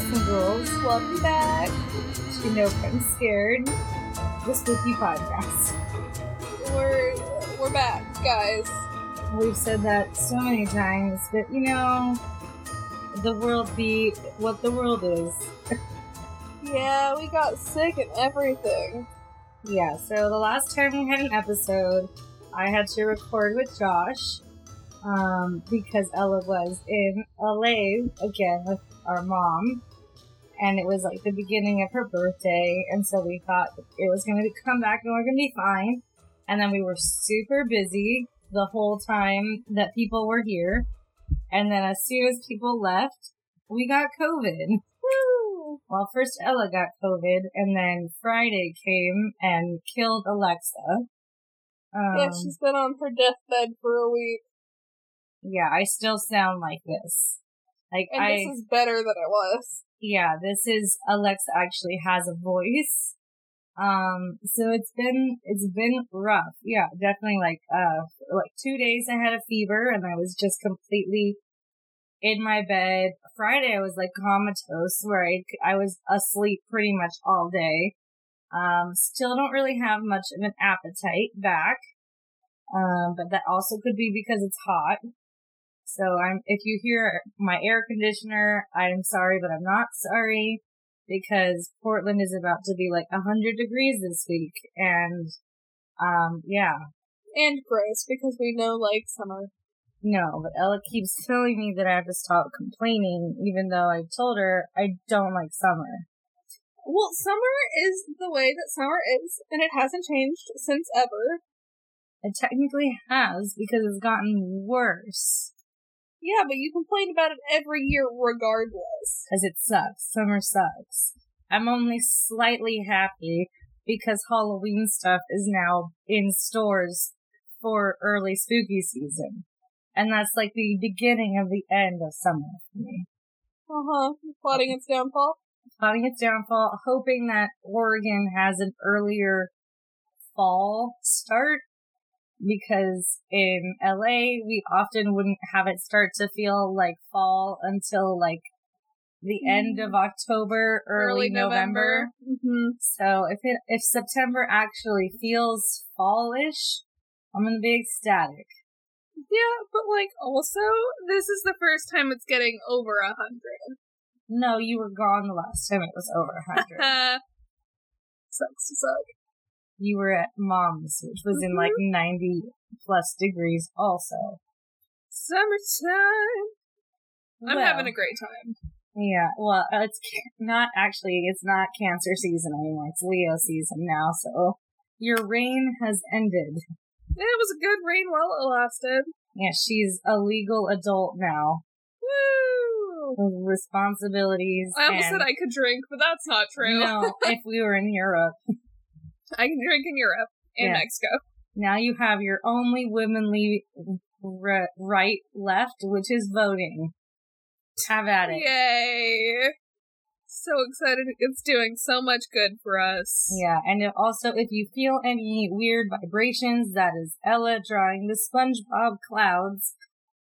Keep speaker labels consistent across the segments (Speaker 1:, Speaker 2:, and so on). Speaker 1: and girls, welcome back to No I'm Scared, the spooky podcast.
Speaker 2: We're we're back, guys.
Speaker 1: We've said that so many times, but you know, the world be what the world is.
Speaker 2: Yeah, we got sick and everything.
Speaker 1: Yeah, so the last time we had an episode, I had to record with Josh um, because Ella was in LA again with our mom. And it was like the beginning of her birthday. And so we thought it was going to come back and we're going to be fine. And then we were super busy the whole time that people were here. And then as soon as people left, we got COVID.
Speaker 2: Woo!
Speaker 1: Well, first Ella got COVID, and then Friday came and killed Alexa. Um,
Speaker 2: yeah, she's been on her deathbed for a week,
Speaker 1: yeah, I still sound like this. Like
Speaker 2: and
Speaker 1: I,
Speaker 2: this is better than it was.
Speaker 1: yeah, this is Alexa actually has a voice. Um, so it's been it's been rough. Yeah, definitely like uh like two days I had a fever and I was just completely in my bed. Friday I was like comatose where I c- I was asleep pretty much all day. Um, still don't really have much of an appetite back. Um, but that also could be because it's hot. So I'm, if you hear my air conditioner, I'm sorry, but I'm not sorry because Portland is about to be like 100 degrees this week. And, um, yeah,
Speaker 2: And gross because we know like summer.
Speaker 1: no, but Ella keeps telling me that I have to stop complaining, even though I told her I don't like summer.
Speaker 2: Well, summer is the way that summer is, and it hasn't changed since ever.
Speaker 1: It technically has because it's gotten worse
Speaker 2: Yeah, but you complain about it every year regardless.
Speaker 1: because it sucks. Summer sucks. I'm only slightly happy because Halloween stuff is now in stores for early spooky season. And that's like the beginning of the end of summer for me.
Speaker 2: Uh huh. Plotting its downfall.
Speaker 1: Plotting its downfall, hoping that Oregon has an earlier fall start because in LA, we often wouldn't have it start to feel like fall until like the
Speaker 2: Mm-hmm.
Speaker 1: end of October, early, November.
Speaker 2: hmm
Speaker 1: So if it if September actually feels fallish, I'm gonna be ecstatic.
Speaker 2: Yeah, but like also, this is the first time it's getting over a hundred.
Speaker 1: No, you were gone the last time it was over 100.
Speaker 2: Uh, sucks to suck.
Speaker 1: you were at mom's, which was in like
Speaker 2: Mm-hmm.
Speaker 1: 90 plus degrees also.
Speaker 2: Summertime. I'm
Speaker 1: Well,
Speaker 2: having a great time.
Speaker 1: yeah. Well, uh, it's ca- not actually. It's not Cancer season anymore. It's Leo season now. So your reign has ended.
Speaker 2: It was a good rain while it lasted.
Speaker 1: Yeah, she's a legal adult now
Speaker 2: Woo!
Speaker 1: with responsibilities.
Speaker 2: I almost
Speaker 1: and-
Speaker 2: said I could drink, but that's not true.
Speaker 1: No, if we were in Europe.
Speaker 2: I can drink in Europe and
Speaker 1: Yeah.
Speaker 2: Mexico.
Speaker 1: Now you have your only womanly r- right left, which is voting. Have at it.
Speaker 2: Yay! So excited. It's doing so much good for us.
Speaker 1: Yeah, and if also if you feel any weird vibrations, that is Ella drawing the SpongeBob clouds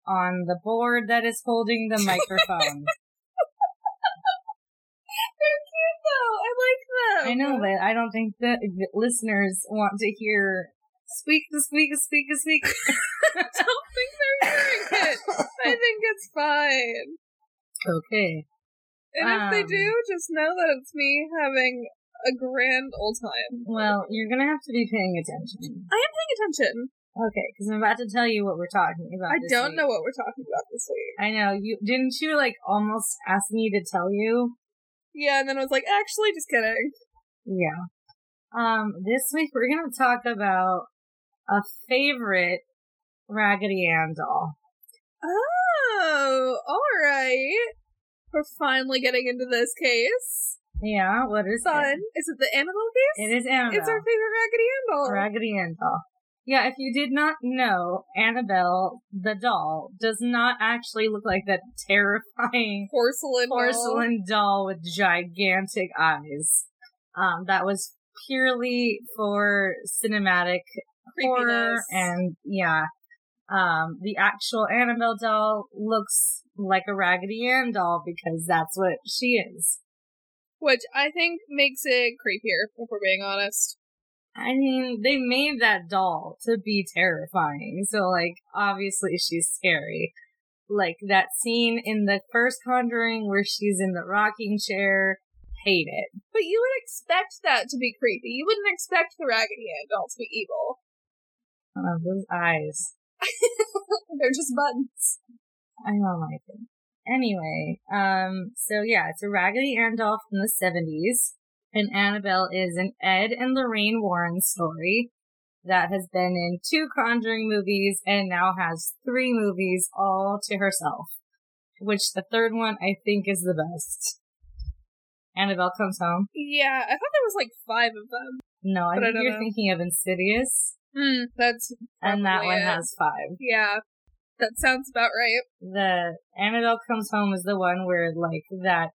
Speaker 1: on the board that is holding the microphone.
Speaker 2: They're cute though. I like them.
Speaker 1: I know, but I don't think that the listeners want to hear squeak, squeak, squeak, squeak.
Speaker 2: I don't think they're hearing it. I think it's fine.
Speaker 1: Okay.
Speaker 2: And if they
Speaker 1: Um,
Speaker 2: do, just know that it's me having a grand old time.
Speaker 1: Well, you're gonna have to be paying attention.
Speaker 2: I am paying attention.
Speaker 1: Okay, because I'm about to tell you what we're talking about.
Speaker 2: I
Speaker 1: this
Speaker 2: don't
Speaker 1: week.
Speaker 2: know what we're talking about this week.
Speaker 1: I know you didn't you like almost ask me to tell you?
Speaker 2: Yeah, and then I was like, actually, just kidding.
Speaker 1: Yeah. Um, this week we're gonna talk about a favorite Raggedy Ann doll.
Speaker 2: Oh, all right. We're finally getting into this case.
Speaker 1: Yeah, what is
Speaker 2: Fun. Is it the Annabelle
Speaker 1: it?
Speaker 2: case?
Speaker 1: It is Annabelle.
Speaker 2: It's our favorite Raggedy Ann doll.
Speaker 1: Raggedy Ann doll. Yeah, if you did not know, Annabelle the doll does not actually look like that terrifying
Speaker 2: porcelain. doll.
Speaker 1: porcelain doll with gigantic eyes. Um, that was purely for cinematic horror
Speaker 2: Creepiness.
Speaker 1: and yeah Um, the actual Annabelle doll looks like a Raggedy Ann doll because that's what she is.
Speaker 2: Which I think makes it creepier, if we're being honest.
Speaker 1: I mean, they made that doll to be terrifying. So, like, obviously she's scary. Like, that scene in the first Conjuring where she's in the rocking chair, hate it.
Speaker 2: But you would expect that to be creepy. You wouldn't expect the Raggedy Ann doll to be evil.
Speaker 1: Oh, those eyes.
Speaker 2: They're just buttons.
Speaker 1: I don't like it. Anyway, um, so yeah, it's a Raggedy Ann doll from the 70s. And Annabelle is an Ed and Lorraine Warren story that has been in two Conjuring movies and now has three movies all to herself, which the third one I think is the best. Annabelle comes home.
Speaker 2: Yeah, I thought there was like five of them.
Speaker 1: No, I
Speaker 2: But I
Speaker 1: think
Speaker 2: don't
Speaker 1: you're
Speaker 2: know.
Speaker 1: thinking of Insidious,
Speaker 2: Hmm, that's
Speaker 1: and that
Speaker 2: probably
Speaker 1: one
Speaker 2: it.
Speaker 1: has five.
Speaker 2: yeah. That sounds about right.
Speaker 1: The Annabelle comes home is the one where like that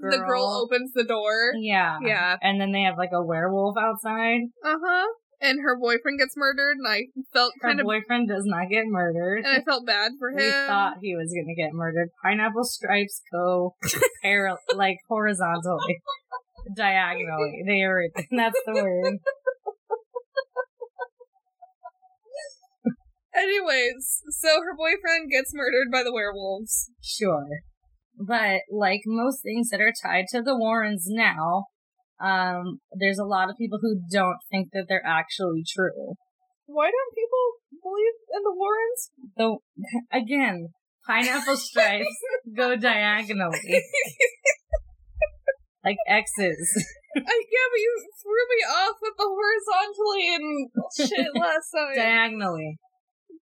Speaker 1: girl. Mm.
Speaker 2: The girl opens the door.
Speaker 1: Yeah.
Speaker 2: Yeah.
Speaker 1: And then they have like a werewolf outside.
Speaker 2: Uh huh. And her boyfriend gets murdered, and I felt
Speaker 1: Her
Speaker 2: kind of,
Speaker 1: boyfriend does not get murdered.
Speaker 2: and I felt bad for him.
Speaker 1: We thought he was gonna get murdered. Pineapple stripes go par- like horizontally, diagonally. They were. That's the word.
Speaker 2: Anyways, so her boyfriend gets murdered by the werewolves.
Speaker 1: Sure, but like most things that are tied to the Warrens now, um, there's a lot of people who don't think that they're actually true.
Speaker 2: Why don't people believe in the Warrens?
Speaker 1: The again, pineapple stripes go diagonally like X's.
Speaker 2: I, yeah, but you threw me off with the horizontally and shit last time.
Speaker 1: diagonally,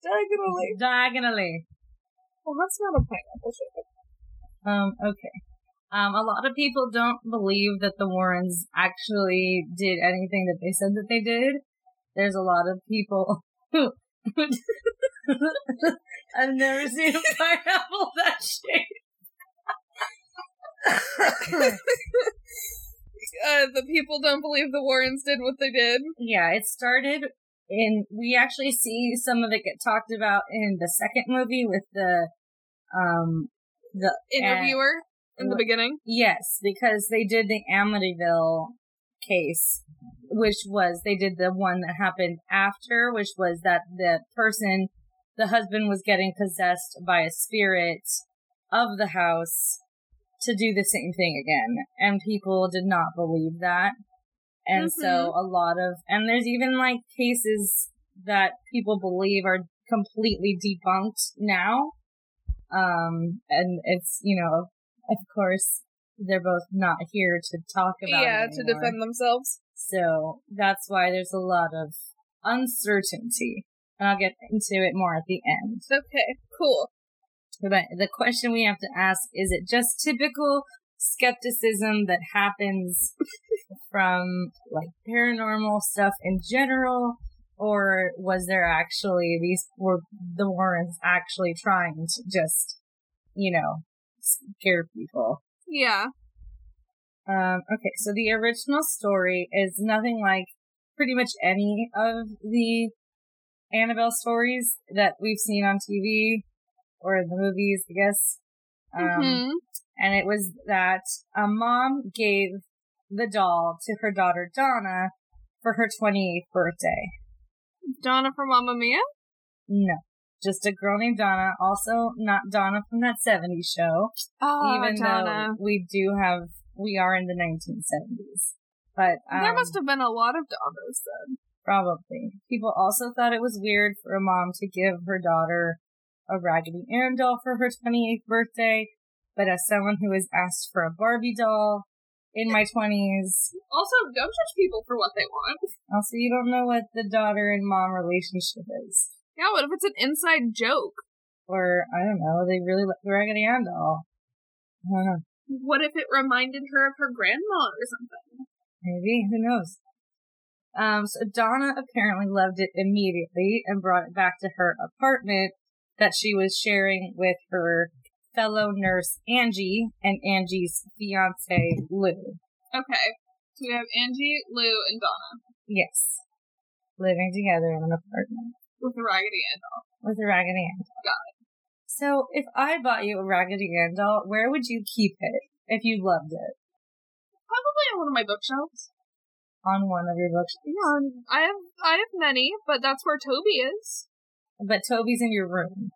Speaker 2: Diagonally.
Speaker 1: diagonally.
Speaker 2: Well, that's not a pineapple shape.
Speaker 1: Um, okay. Um, a lot of people don't believe that the Warrens actually did anything that they said that they did. There's a lot of people who. I've never seen a pineapple that shape.
Speaker 2: Uh, the people don't believe the Warrens did what they did.
Speaker 1: yeah, it started in. We actually see some of it get talked about in the second movie with the. Um, the
Speaker 2: Interviewer in the
Speaker 1: Wh-
Speaker 2: beginning.
Speaker 1: Yes, because they did the Amityville case, which was they did the one that happened after, which was that the person, the husband was getting possessed by a spirit of the house to do the same thing again. And people did not believe that. And so a lot of, and there's even like cases that people believe are completely debunked now. Um, and it's, you know, of course, they're both not here to talk about
Speaker 2: Yeah,
Speaker 1: it
Speaker 2: to
Speaker 1: anymore.
Speaker 2: defend themselves.
Speaker 1: So that's why there's a lot of uncertainty. And I'll get into it more at the end.
Speaker 2: Okay, cool.
Speaker 1: But the question we have to ask is it just typical skepticism that happens from like paranormal stuff in general? Or was there actually these were the Warrens actually trying to just, you know, scare people?
Speaker 2: Yeah.
Speaker 1: Um, okay, so the original story is nothing like pretty much any of the Annabelle stories that we've seen on TV or in the movies, I guess. Um,
Speaker 2: Mhm.
Speaker 1: And it was that a mom gave the doll to her daughter Donna for her 28th birthday.
Speaker 2: Donna from Mamma Mia?
Speaker 1: No, just a girl named Donna, also not Donna from that 70s show
Speaker 2: Oh,
Speaker 1: even
Speaker 2: Donna.
Speaker 1: though we do have we are in the 1970s but um,
Speaker 2: there must have been a lot of Donnas then.
Speaker 1: probably people also thought it was weird for a mom to give her daughter a raggedy ann doll for her 28th birthday but as someone who has asked for a barbie doll in my 20s
Speaker 2: Also, don't judge people for what they want.
Speaker 1: also you don't know what the daughter and mom relationship is
Speaker 2: Yeah, what if it's an inside joke?
Speaker 1: or i don't know they really like the raggedy ann doll I don't know.
Speaker 2: What if it reminded her of her grandma or something?
Speaker 1: Maybe. Who knows? Um, so Donna apparently loved it immediately and brought it back to her apartment that she was sharing with her fellow nurse Angie and Angie's fiance Lou.
Speaker 2: Okay. So we have Angie, Lou, and Donna.
Speaker 1: Yes. Living together in an apartment.
Speaker 2: with the Raggedy Ann doll.
Speaker 1: with a Raggedy Ann doll.
Speaker 2: Got
Speaker 1: So if I bought you a Raggedy Ann doll, where would you keep it if you loved it?
Speaker 2: Probably on one of my bookshelves.
Speaker 1: On one of your books.
Speaker 2: Yeah, and I have I have many, but that's where Toby is.
Speaker 1: But Toby's in your room.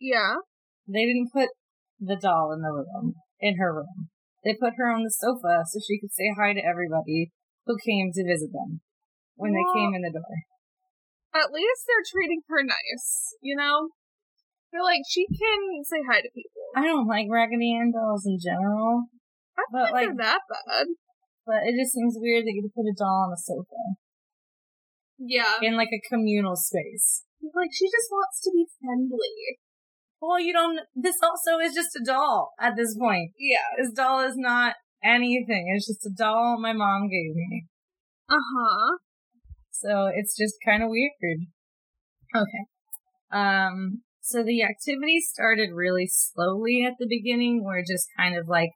Speaker 2: Yeah,
Speaker 1: They didn't put the doll in the room, in her room. They put her on the sofa so she could say hi to everybody who came to visit them when
Speaker 2: Well-
Speaker 1: they came in the door.
Speaker 2: at least they're treating her nice. You know, they're like she can say hi to people.
Speaker 1: I don't like Raggedy Ann dolls in general,
Speaker 2: I don't
Speaker 1: But,
Speaker 2: think
Speaker 1: like-
Speaker 2: they're that bad.
Speaker 1: but it just seems weird that you put a doll on a sofa
Speaker 2: Yeah,
Speaker 1: in like a communal space.
Speaker 2: like she just wants to be friendly.
Speaker 1: Well, you don't. This also is just a doll at this point.
Speaker 2: Yeah.
Speaker 1: This doll is not anything. It's just a doll my mom gave me.
Speaker 2: Uh huh.
Speaker 1: So it's just kind of weird. Okay. Um, so the activity started really slowly at the beginning where just kind of like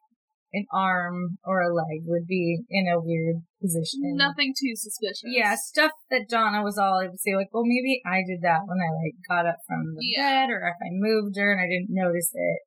Speaker 1: an arm or a leg would be in a weird position.
Speaker 2: Nothing too suspicious.
Speaker 1: Yeah, stuff that Donna was all able to say, like, well, maybe I did that when I like got up from the
Speaker 2: Yeah.
Speaker 1: bed, or if I moved her and I didn't notice it.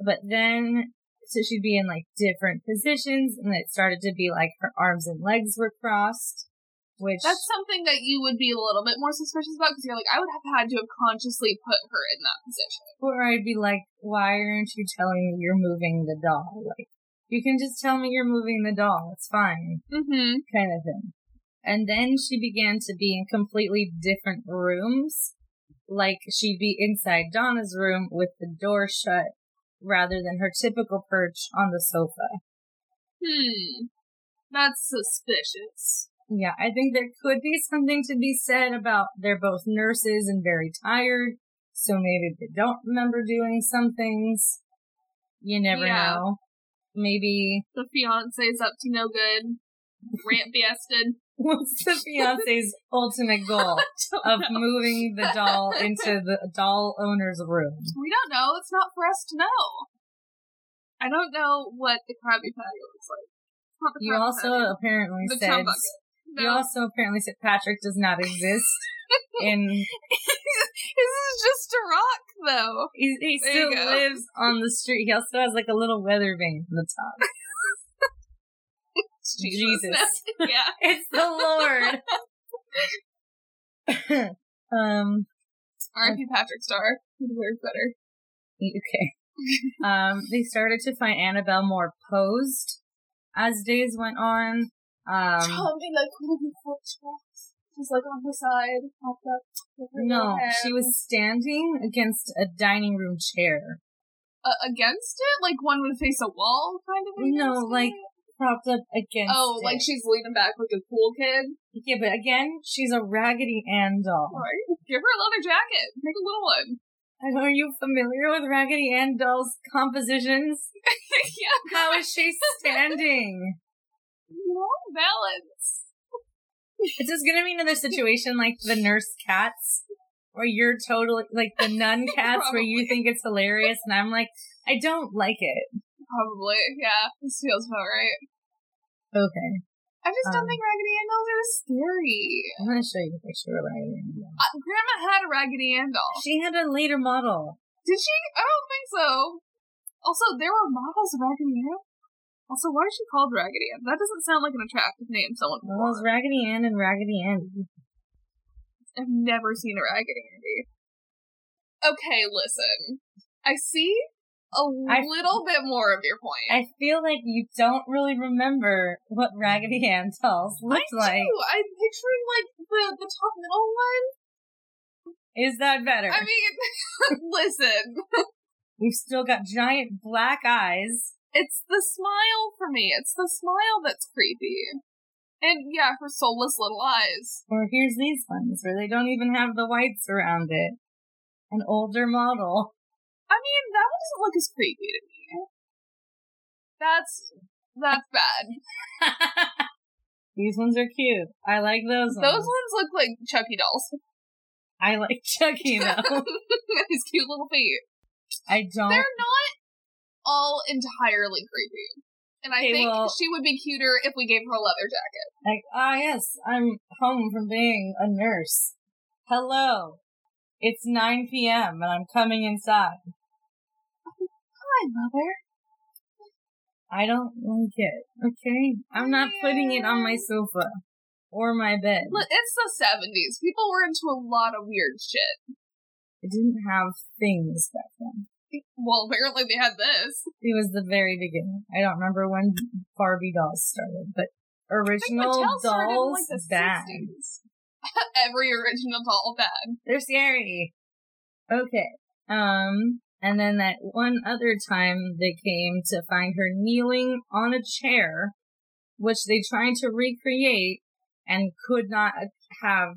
Speaker 1: But then, so she'd be in like different positions, and it started to be like her arms and legs were crossed, which
Speaker 2: That's something that you would be a little bit more suspicious about because you're like, I would have had to have consciously put her in that position.
Speaker 1: where I'd be like, why aren't you telling me you're moving the doll? Like, you can just tell me you're moving the doll. It's fine.
Speaker 2: Mm-hmm.
Speaker 1: kind of thing. And then she began to be in completely different rooms. Like she'd be inside Donna's room with the door shut rather than her typical perch on the sofa.
Speaker 2: Hmm. That's suspicious.
Speaker 1: Yeah, I think there could be something to be said about they're both nurses and very tired, so maybe they don't remember doing some things. You never
Speaker 2: Yeah.
Speaker 1: know. Maybe
Speaker 2: The fiance's up to no good. Rant fiested.
Speaker 1: what's the fiance's ultimate goal?
Speaker 2: Don't
Speaker 1: of
Speaker 2: know.
Speaker 1: moving the doll into the doll owner's room.
Speaker 2: we don't know. It's not for us to know. I don't know what the Krabby Patty looks like. It's not the
Speaker 1: You
Speaker 2: Krabby
Speaker 1: also
Speaker 2: Patty.
Speaker 1: apparently
Speaker 2: the
Speaker 1: said
Speaker 2: chum bucket. No.
Speaker 1: you also apparently said Patrick does not exist. In
Speaker 2: this is just a rock, though.
Speaker 1: he, he
Speaker 2: There you
Speaker 1: still
Speaker 2: go.
Speaker 1: lives on the street. He also has like a little weather vane on the top. Jesus.
Speaker 2: yeah.
Speaker 1: It's the Lord. um.
Speaker 2: R.I.P. Patrick Star. He deserves better.
Speaker 1: Okay. um, they started to find Annabelle more posed as days went on. Um,
Speaker 2: Tommy, like, little bit fortress. She's like on her side, propped up. with her
Speaker 1: no,
Speaker 2: little hand.
Speaker 1: she was standing against a dining room chair.
Speaker 2: uh, against it, like one would face a wall, kind of. against
Speaker 1: No,
Speaker 2: it?
Speaker 1: like propped up against.
Speaker 2: oh,
Speaker 1: it.
Speaker 2: like she's leaning back like a cool kid.
Speaker 1: Yeah, but again, she's a Raggedy Ann doll.
Speaker 2: All right, give her a leather jacket, make a little one.
Speaker 1: And Are you familiar with Raggedy Ann dolls' compositions?
Speaker 2: yeah,
Speaker 1: How is she standing?
Speaker 2: you know, balance.
Speaker 1: It's just gonna be another situation like the nurse cats, where you're totally like the nun cats, where you think it's hilarious, and I'm like, I don't like it.
Speaker 2: Probably, yeah. This feels about right.
Speaker 1: Okay,
Speaker 2: I just
Speaker 1: Um.
Speaker 2: don't think Raggedy Ann dolls are scary.
Speaker 1: I'm gonna show you a picture of Raggedy Ann. doll.
Speaker 2: Uh, Grandma had a Raggedy Ann doll.
Speaker 1: She had a later model.
Speaker 2: Did she? I don't think so. Also, there were models of Raggedy Ann. Also, why is she called Raggedy Ann? That doesn't sound like an attractive name someone would
Speaker 1: Well, it was
Speaker 2: want.
Speaker 1: Raggedy Ann and Raggedy Andy.
Speaker 2: I've never seen a Raggedy Andy. Okay, listen. I see a
Speaker 1: I-
Speaker 2: little bit more of your point.
Speaker 1: I feel like you don't really remember what Raggedy Ann dolls looked like.
Speaker 2: Ooh, I'm picturing like the, the top middle one.
Speaker 1: Is that better?
Speaker 2: I mean, listen,
Speaker 1: We've still got giant black eyes.
Speaker 2: it's the smile for me. It's the smile that's creepy. And yeah, her soulless little eyes.
Speaker 1: Or here's these ones where they don't even have the whites around it. An older model.
Speaker 2: I mean, that one doesn't look as creepy to me. That's that's bad.
Speaker 1: These ones are cute. I like those ones.
Speaker 2: Those ones look like Chucky dolls.
Speaker 1: I like Chucky though.
Speaker 2: His cute little feet.
Speaker 1: I don't.
Speaker 2: They're not all entirely creepy. And I
Speaker 1: Okay,
Speaker 2: think
Speaker 1: well-
Speaker 2: she would be cuter if we gave her a leather jacket.
Speaker 1: Like, ah, yes, I'm home from being a nurse. Hello. It's 9 p.m. and I'm coming inside.
Speaker 2: Hi, mother.
Speaker 1: I don't like it. Okay? I'm not putting it on my sofa or my bed.
Speaker 2: Look, it's the seventies. People were into a lot of weird shit.
Speaker 1: I didn't have things back then.
Speaker 2: Well, apparently they had this.
Speaker 1: It was the very beginning. I don't remember when Barbie dolls started, but original
Speaker 2: Mattel
Speaker 1: dolls
Speaker 2: started in like the
Speaker 1: bad.
Speaker 2: 60s. Every original doll bad.
Speaker 1: They're scary. Okay. Um, and then that one other time they came to find her kneeling on a chair, which they tried to recreate and could not have,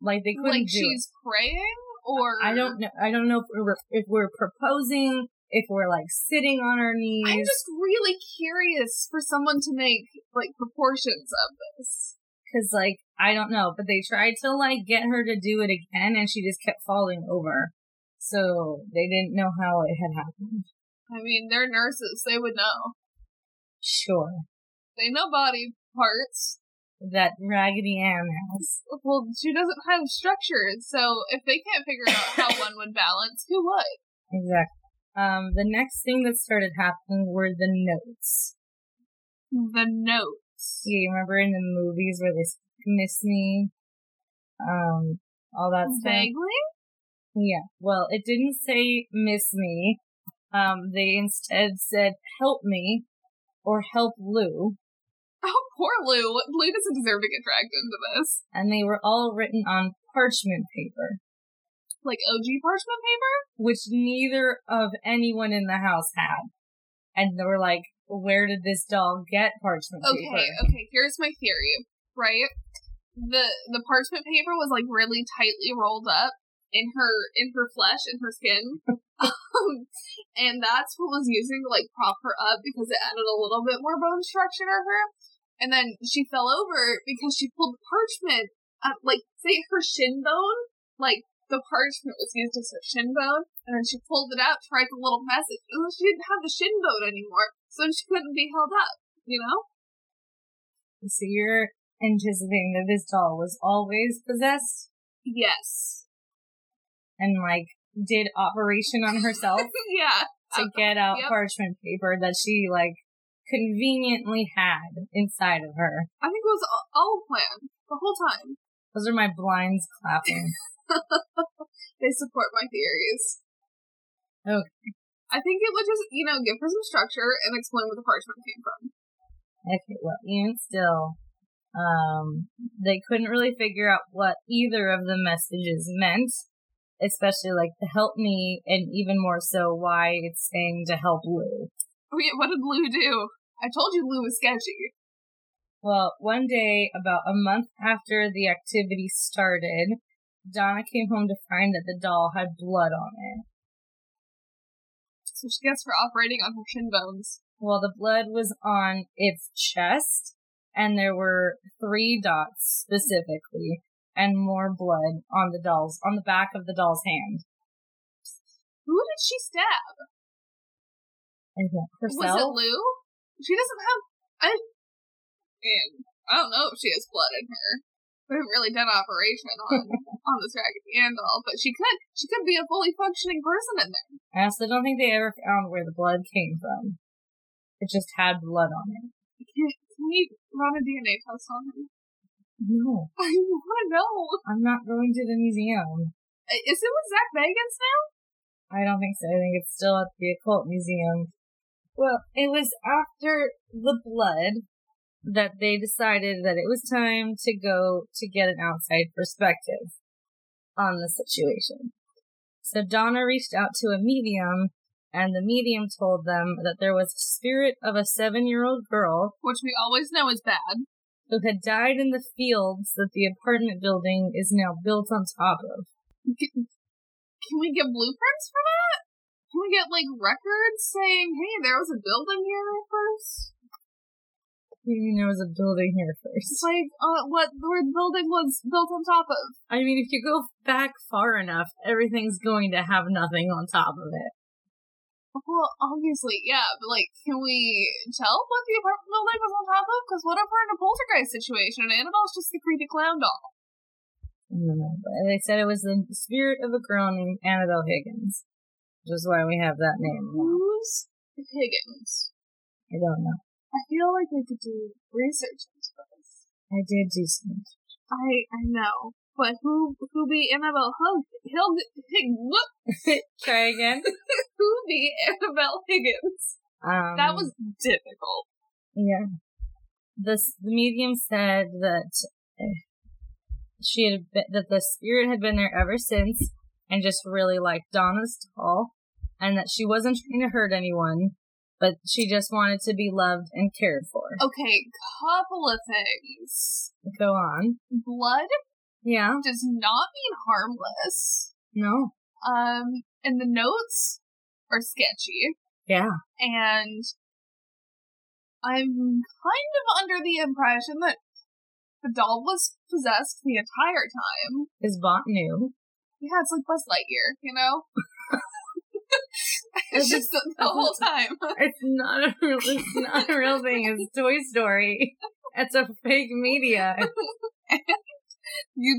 Speaker 1: like they couldn't
Speaker 2: Like
Speaker 1: do it.
Speaker 2: she's praying, or
Speaker 1: I don't know. I don't know if we're, if we're proposing, if we're like sitting on our knees.
Speaker 2: I'm just really curious for someone to make like proportions of this.
Speaker 1: Cause like, I don't know, but they tried to like get her to do it again and she just kept falling over. So they didn't know how it had happened.
Speaker 2: I mean, they're nurses; they would know.
Speaker 1: Sure.
Speaker 2: They know body parts.
Speaker 1: That Raggedy Ann has.
Speaker 2: Well, she doesn't have structure, so if they can't figure out how one would balance, who would?
Speaker 1: Exactly. Um, the next thing that started happening were the notes.
Speaker 2: The notes.
Speaker 1: Do you remember in the movies where they s- miss me? Um, all that stuff?
Speaker 2: Vaguely.
Speaker 1: Yeah. Well, it didn't say miss me. Um, they instead said help me or help Lou.
Speaker 2: Oh, poor Lou. Lou doesn't deserve to get dragged into this.
Speaker 1: And they were all written on parchment paper,
Speaker 2: Like OG parchment paper?
Speaker 1: which neither of anyone in the house had. And they were like, where did this doll get parchment
Speaker 2: Okay,
Speaker 1: paper?
Speaker 2: okay, here's my theory, right? The the parchment paper was like really tightly rolled up in her in her flesh, in her skin. um, and that's what was using to like prop her up because it added a little bit more bone structure to her. And then she fell over because she pulled the parchment up like say her shin bone, like the parchment was used as her shin bone, and then she pulled it out, tried the little message, and then she didn't have the shin bone anymore, so she couldn't be held up, you know?
Speaker 1: So you're anticipating that this doll was always possessed
Speaker 2: Yes.
Speaker 1: and like did operation on herself
Speaker 2: yeah.
Speaker 1: to get out
Speaker 2: Yep.
Speaker 1: parchment paper that she like conveniently had inside of her.
Speaker 2: I think it was all, all planned the whole time.
Speaker 1: Those are my blinds clapping.
Speaker 2: They support my theories.
Speaker 1: Okay.
Speaker 2: I think it would just, you know, give her some structure and explain where the parchment came from.
Speaker 1: okay, well, even still, um, they couldn't really figure out what either of the messages meant, especially like the help me, and even more so why it's saying to help Lou.
Speaker 2: Wait, what did Lou do? I told you Lou was sketchy.
Speaker 1: Well, one day, about a month after the activity started, Donna came home to find that the doll had blood on it.
Speaker 2: So she gets for operating on her shin bones.
Speaker 1: Well, the blood was on its chest, and there were three dots specifically, and more blood on the doll's, on the back of the doll's hand.
Speaker 2: Who did she stab?
Speaker 1: I think
Speaker 2: Was it
Speaker 1: herself.
Speaker 2: Lou? She doesn't have. I. Man, I don't know if she has blood in her. We haven't really done operation on on this raggedy Ann doll, but she could. She could be a fully functioning person in there.
Speaker 1: I also don't think they ever found where the blood came from. It just had blood on it.
Speaker 2: Can, can we run a DNA test on her?
Speaker 1: No,
Speaker 2: I want to know.
Speaker 1: I'm not going to the museum.
Speaker 2: I- Is it with Zach Bagans now?
Speaker 1: I don't think so. I think it's still at the occult museum. Well, it was after the blood that they decided that it was time to go to get an outside perspective on the situation. So Donna reached out to a medium and the medium told them that there was a spirit of a seven year old girl
Speaker 2: Which we always know is bad.
Speaker 1: who had died in the fields that the apartment building is now built on top of.
Speaker 2: Can, can we get blueprints for that? Can we get like records saying, "Hey, there was a building here first?
Speaker 1: You know, there was a building here first.
Speaker 2: It's like uh, what where the building was built on top of.
Speaker 1: I mean, if you go back far enough, everything's going to have nothing on top of it.
Speaker 2: Well, obviously, yeah, but like, can we tell what the apartment building was on top of? Because what if we're in a poltergeist situation and Annabelle's just the creepy clown doll?
Speaker 1: in the middle. But They said it was the spirit of a girl named Annabelle Higgins, which is why we have that name. now.
Speaker 2: Who's Higgins?
Speaker 1: I don't know.
Speaker 2: I feel like we could do research into this.
Speaker 1: I did do some.
Speaker 2: I I know, but who who be Annabelle Hug? Hill Hig what?
Speaker 1: Try again.
Speaker 2: Who be Annabelle Higgins?
Speaker 1: Um,
Speaker 2: that was difficult.
Speaker 1: Yeah. This, the medium said that eh, she had been, that the spirit had been there ever since and just really liked Donna's doll and that she wasn't trying to hurt anyone, but she just wanted to be loved and cared for.
Speaker 2: Okay, couple of things.
Speaker 1: Go on.
Speaker 2: Blood
Speaker 1: Yeah.
Speaker 2: does not mean harmless.
Speaker 1: No.
Speaker 2: Um, and the notes are sketchy.
Speaker 1: Yeah.
Speaker 2: and I'm kind of under the impression that the doll was possessed the entire time.
Speaker 1: Is Bot new?
Speaker 2: Yeah, it's like Buzz Lightyear, you know? it's
Speaker 1: Is
Speaker 2: just the, the whole time.
Speaker 1: It's not a real, it's not a real thing. It's Toy Story. It's a fake media.
Speaker 2: You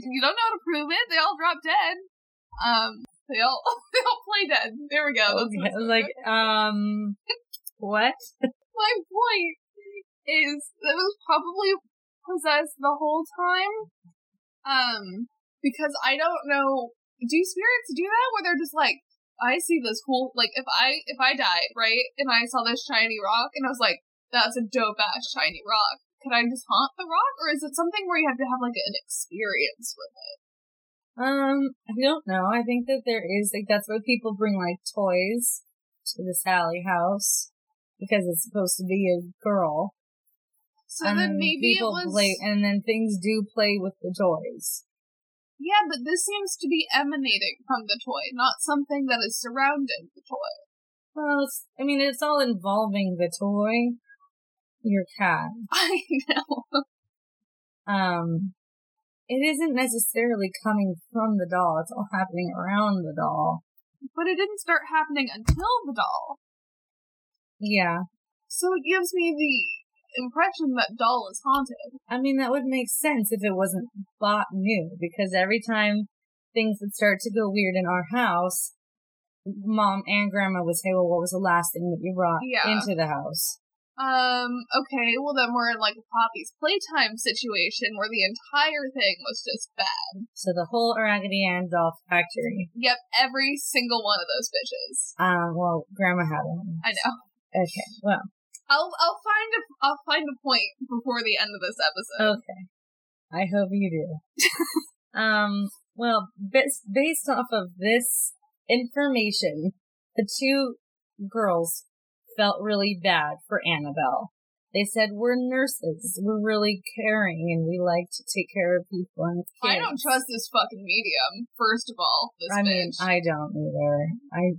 Speaker 2: you don't know how to prove it. They all drop dead. Um, they all they all play dead. There we go.
Speaker 1: I
Speaker 2: That's what I
Speaker 1: Oh, was
Speaker 2: said.
Speaker 1: like, um, what?
Speaker 2: my point is that it was probably possessed the whole time. Um, because I don't know. Do spirits do that where they're just like, I see this cool, like if I if I died right and I saw this shiny rock and I was like, that's a dope ass shiny rock. Could I just haunt the rock, or is it something where you have to have like an experience with it?
Speaker 1: Um, I don't know. I think that there is like that's why people bring like toys to the Sally house because it's supposed to be a girl.
Speaker 2: So then maybe it was
Speaker 1: Um, play, and then things do play with the toys.
Speaker 2: yeah, but this seems to be emanating from the toy, not something that is surrounding the toy.
Speaker 1: Well, it's, I mean, it's all involving the toy, your cat.
Speaker 2: I know.
Speaker 1: Um, it isn't necessarily coming from the doll. It's all happening around the doll.
Speaker 2: But it didn't start happening until the doll.
Speaker 1: Yeah,
Speaker 2: So it gives me the impression that doll is haunted.
Speaker 1: I mean, that would make sense if it wasn't bought new, because every time things would start to go weird in our house, mom and grandma would say, Well, what was the last thing that you brought
Speaker 2: Yeah.
Speaker 1: into the house?
Speaker 2: Um, okay, well then we're in like a Poppy's playtime situation where the entire thing was just bad.
Speaker 1: So the whole Raggedy Ann doll factory.
Speaker 2: Yep, every single one of those bitches.
Speaker 1: Um, well, grandma had one.
Speaker 2: I know.
Speaker 1: Okay, well,
Speaker 2: I'll I'll find a I'll find a point before the end of this episode.
Speaker 1: okay. I hope you do. um, well, bas- based off of this information, the two girls felt really bad for Annabelle. They said, We're nurses. We're really caring and we like to take care of people. And
Speaker 2: I don't
Speaker 1: kids."
Speaker 2: trust this fucking medium. First of all, this
Speaker 1: I
Speaker 2: bitch.
Speaker 1: mean, I don't either. I,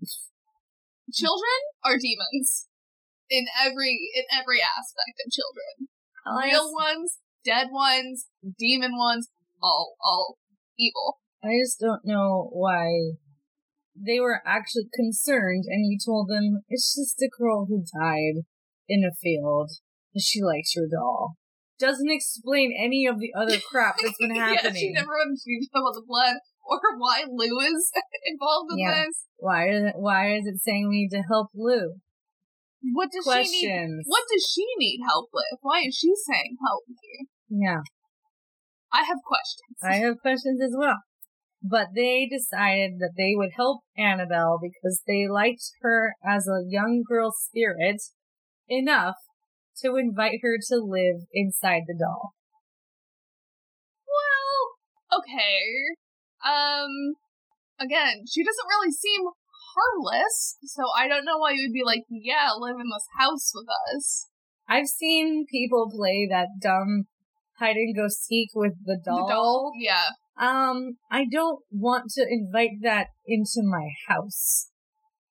Speaker 2: children are demons in every in every aspect of children.
Speaker 1: I,
Speaker 2: real ones, dead ones, demon ones, all all evil.
Speaker 1: I just don't know why they were actually concerned and you told them it's just a girl who died in a field and she likes your doll. Doesn't explain any of the other crap that's been
Speaker 2: yeah, she
Speaker 1: happening.
Speaker 2: never wanted to detail about the blood or why Lou is involved in
Speaker 1: Yeah.
Speaker 2: this.
Speaker 1: why is it, why is it saying we need to help Lou?
Speaker 2: What does she need?
Speaker 1: Questions.
Speaker 2: What does she need help with? Why is she saying help me?
Speaker 1: Yeah,
Speaker 2: I have questions.
Speaker 1: I have questions as well. But they decided that they would help Annabelle because they liked her as a young girl spirit enough to invite her to live inside the doll.
Speaker 2: well, okay. Um, again, she doesn't really seem harmless, so I don't know why you would be like, yeah, live in this house with us.
Speaker 1: I've seen people play that dumb hide and go seek with the doll.
Speaker 2: The doll, yeah.
Speaker 1: Um, I don't want to invite that into my house.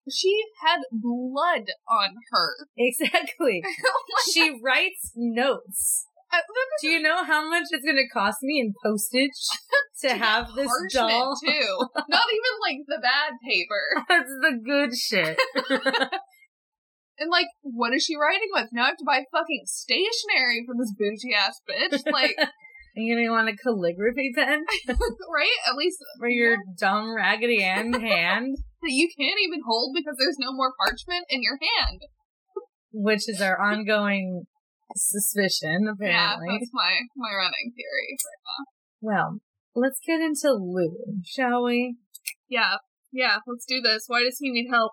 Speaker 2: She had blood on her.
Speaker 1: Exactly.
Speaker 2: Oh my-
Speaker 1: she writes notes.
Speaker 2: I- that
Speaker 1: Do you know how much it's going to cost me in postage to have this
Speaker 2: parchment,
Speaker 1: doll?
Speaker 2: too. Not even like the bad paper.
Speaker 1: That's the good shit.
Speaker 2: And like, what is she writing with? Now I have to buy fucking stationery for this bougie ass bitch. Like,
Speaker 1: You're gonna want a calligraphy pen
Speaker 2: right? At least
Speaker 1: for your dumb raggedy Ann hand,
Speaker 2: that you can't even hold because there's no more parchment in your hand.
Speaker 1: which is our ongoing suspicion, apparently.
Speaker 2: Yeah, that's my my running theory.
Speaker 1: Well, let's get into Lou, shall we?
Speaker 2: Yeah, yeah. Let's do this. Why does he need help?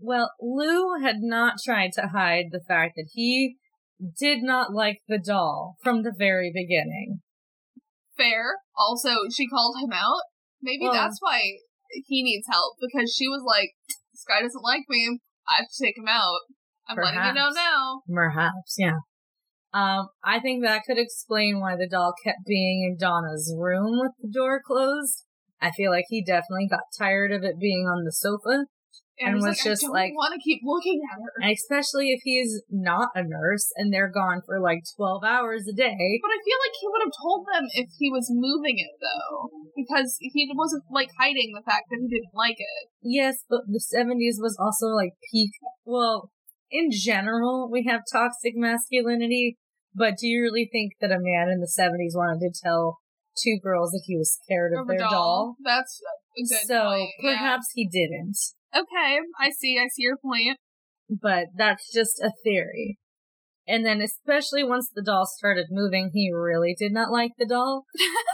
Speaker 1: Well, Lou had not tried to hide the fact that he did not like the doll from the very beginning.
Speaker 2: Fair. Also, she called him out. Maybe
Speaker 1: Well-
Speaker 2: that's why he needs help because she was like, "This guy doesn't like me. I have to take him out." I'm letting you know
Speaker 1: Perhaps.
Speaker 2: now.
Speaker 1: Perhaps, yeah. Um, I think that could explain why the doll kept being in Donna's room with the door closed. I feel like he definitely got tired of it being on the sofa, And
Speaker 2: he's
Speaker 1: was just
Speaker 2: I don't
Speaker 1: like-
Speaker 2: want to keep looking at her.
Speaker 1: especially if he's not a nurse and they're gone for like 12 hours a day.
Speaker 2: But I feel like he would have told them if he was moving it though, because he wasn't like hiding the fact that he didn't like it.
Speaker 1: Yes, but the 70s was also like peak. Well, in general, we have toxic masculinity, but do you really think that a man in the 70s wanted to tell two girls that he was scared of
Speaker 2: Over
Speaker 1: their doll?
Speaker 2: That's a good
Speaker 1: So
Speaker 2: point, yeah.
Speaker 1: perhaps he didn't,
Speaker 2: Okay, I see. I see your point.
Speaker 1: but that's just a theory. And then, especially once the doll started moving, he really did not like the doll.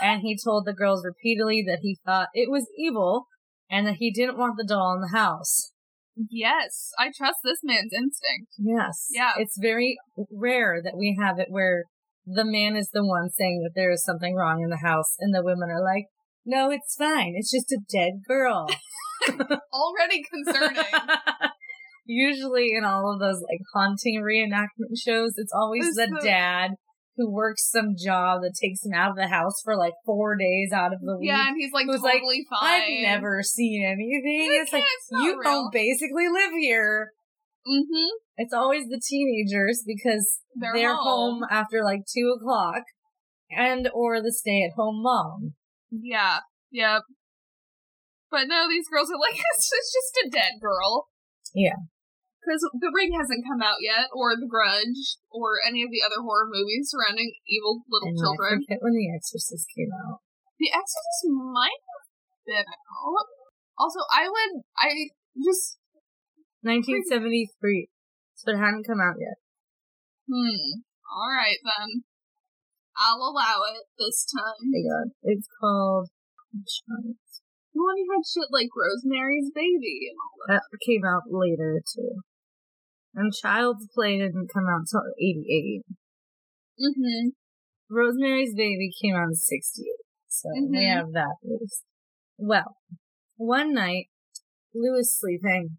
Speaker 1: and he told the girls repeatedly that he thought it was evil and that he didn't want the doll in the house.
Speaker 2: Yes, I trust this man's instinct.
Speaker 1: Yes.
Speaker 2: Yeah.
Speaker 1: It's very rare that we have it where the man is the one saying that there is something wrong in the house and the women are like, no, it's fine. It's just a dead girl.
Speaker 2: Already concerning.
Speaker 1: Usually in all of those like haunting reenactment shows, it's always
Speaker 2: Who's
Speaker 1: the,
Speaker 2: the-
Speaker 1: dad who works some job that takes him out of the house for like four days out of the week.
Speaker 2: yeah, and he's like
Speaker 1: Who's like,
Speaker 2: totally fine.
Speaker 1: I've never seen anything.
Speaker 2: It's,
Speaker 1: it's like,
Speaker 2: it's not
Speaker 1: you
Speaker 2: real.
Speaker 1: don't basically live here.
Speaker 2: Mm-hmm.
Speaker 1: It's always the teenagers because
Speaker 2: They're,
Speaker 1: they're, home. after like two o'clock and or the stay at home mom.
Speaker 2: Yeah. Yep. But no, these girls are like, it's just, it's just a dead girl.
Speaker 1: Yeah.
Speaker 2: Because The Ring hasn't come out yet, or The Grudge, or any of the other horror movies surrounding evil little
Speaker 1: And I
Speaker 2: children.
Speaker 1: forget when The Exorcist came out.
Speaker 2: The Exorcist might have been out. Also, I would, I just,
Speaker 1: 1973. So it hadn't come out yet.
Speaker 2: hmm. Alright then. I'll allow it this time.
Speaker 1: Hang on. It's called. I'm trying-
Speaker 2: You only had shit like Rosemary's Baby and all that.
Speaker 1: That uh, came out later too. And Child's Play didn't come out till 88.
Speaker 2: Mm-hmm.
Speaker 1: Rosemary's Baby came out in 68. So we
Speaker 2: Mhm.
Speaker 1: have that at least. Well, one night, Lou is sleeping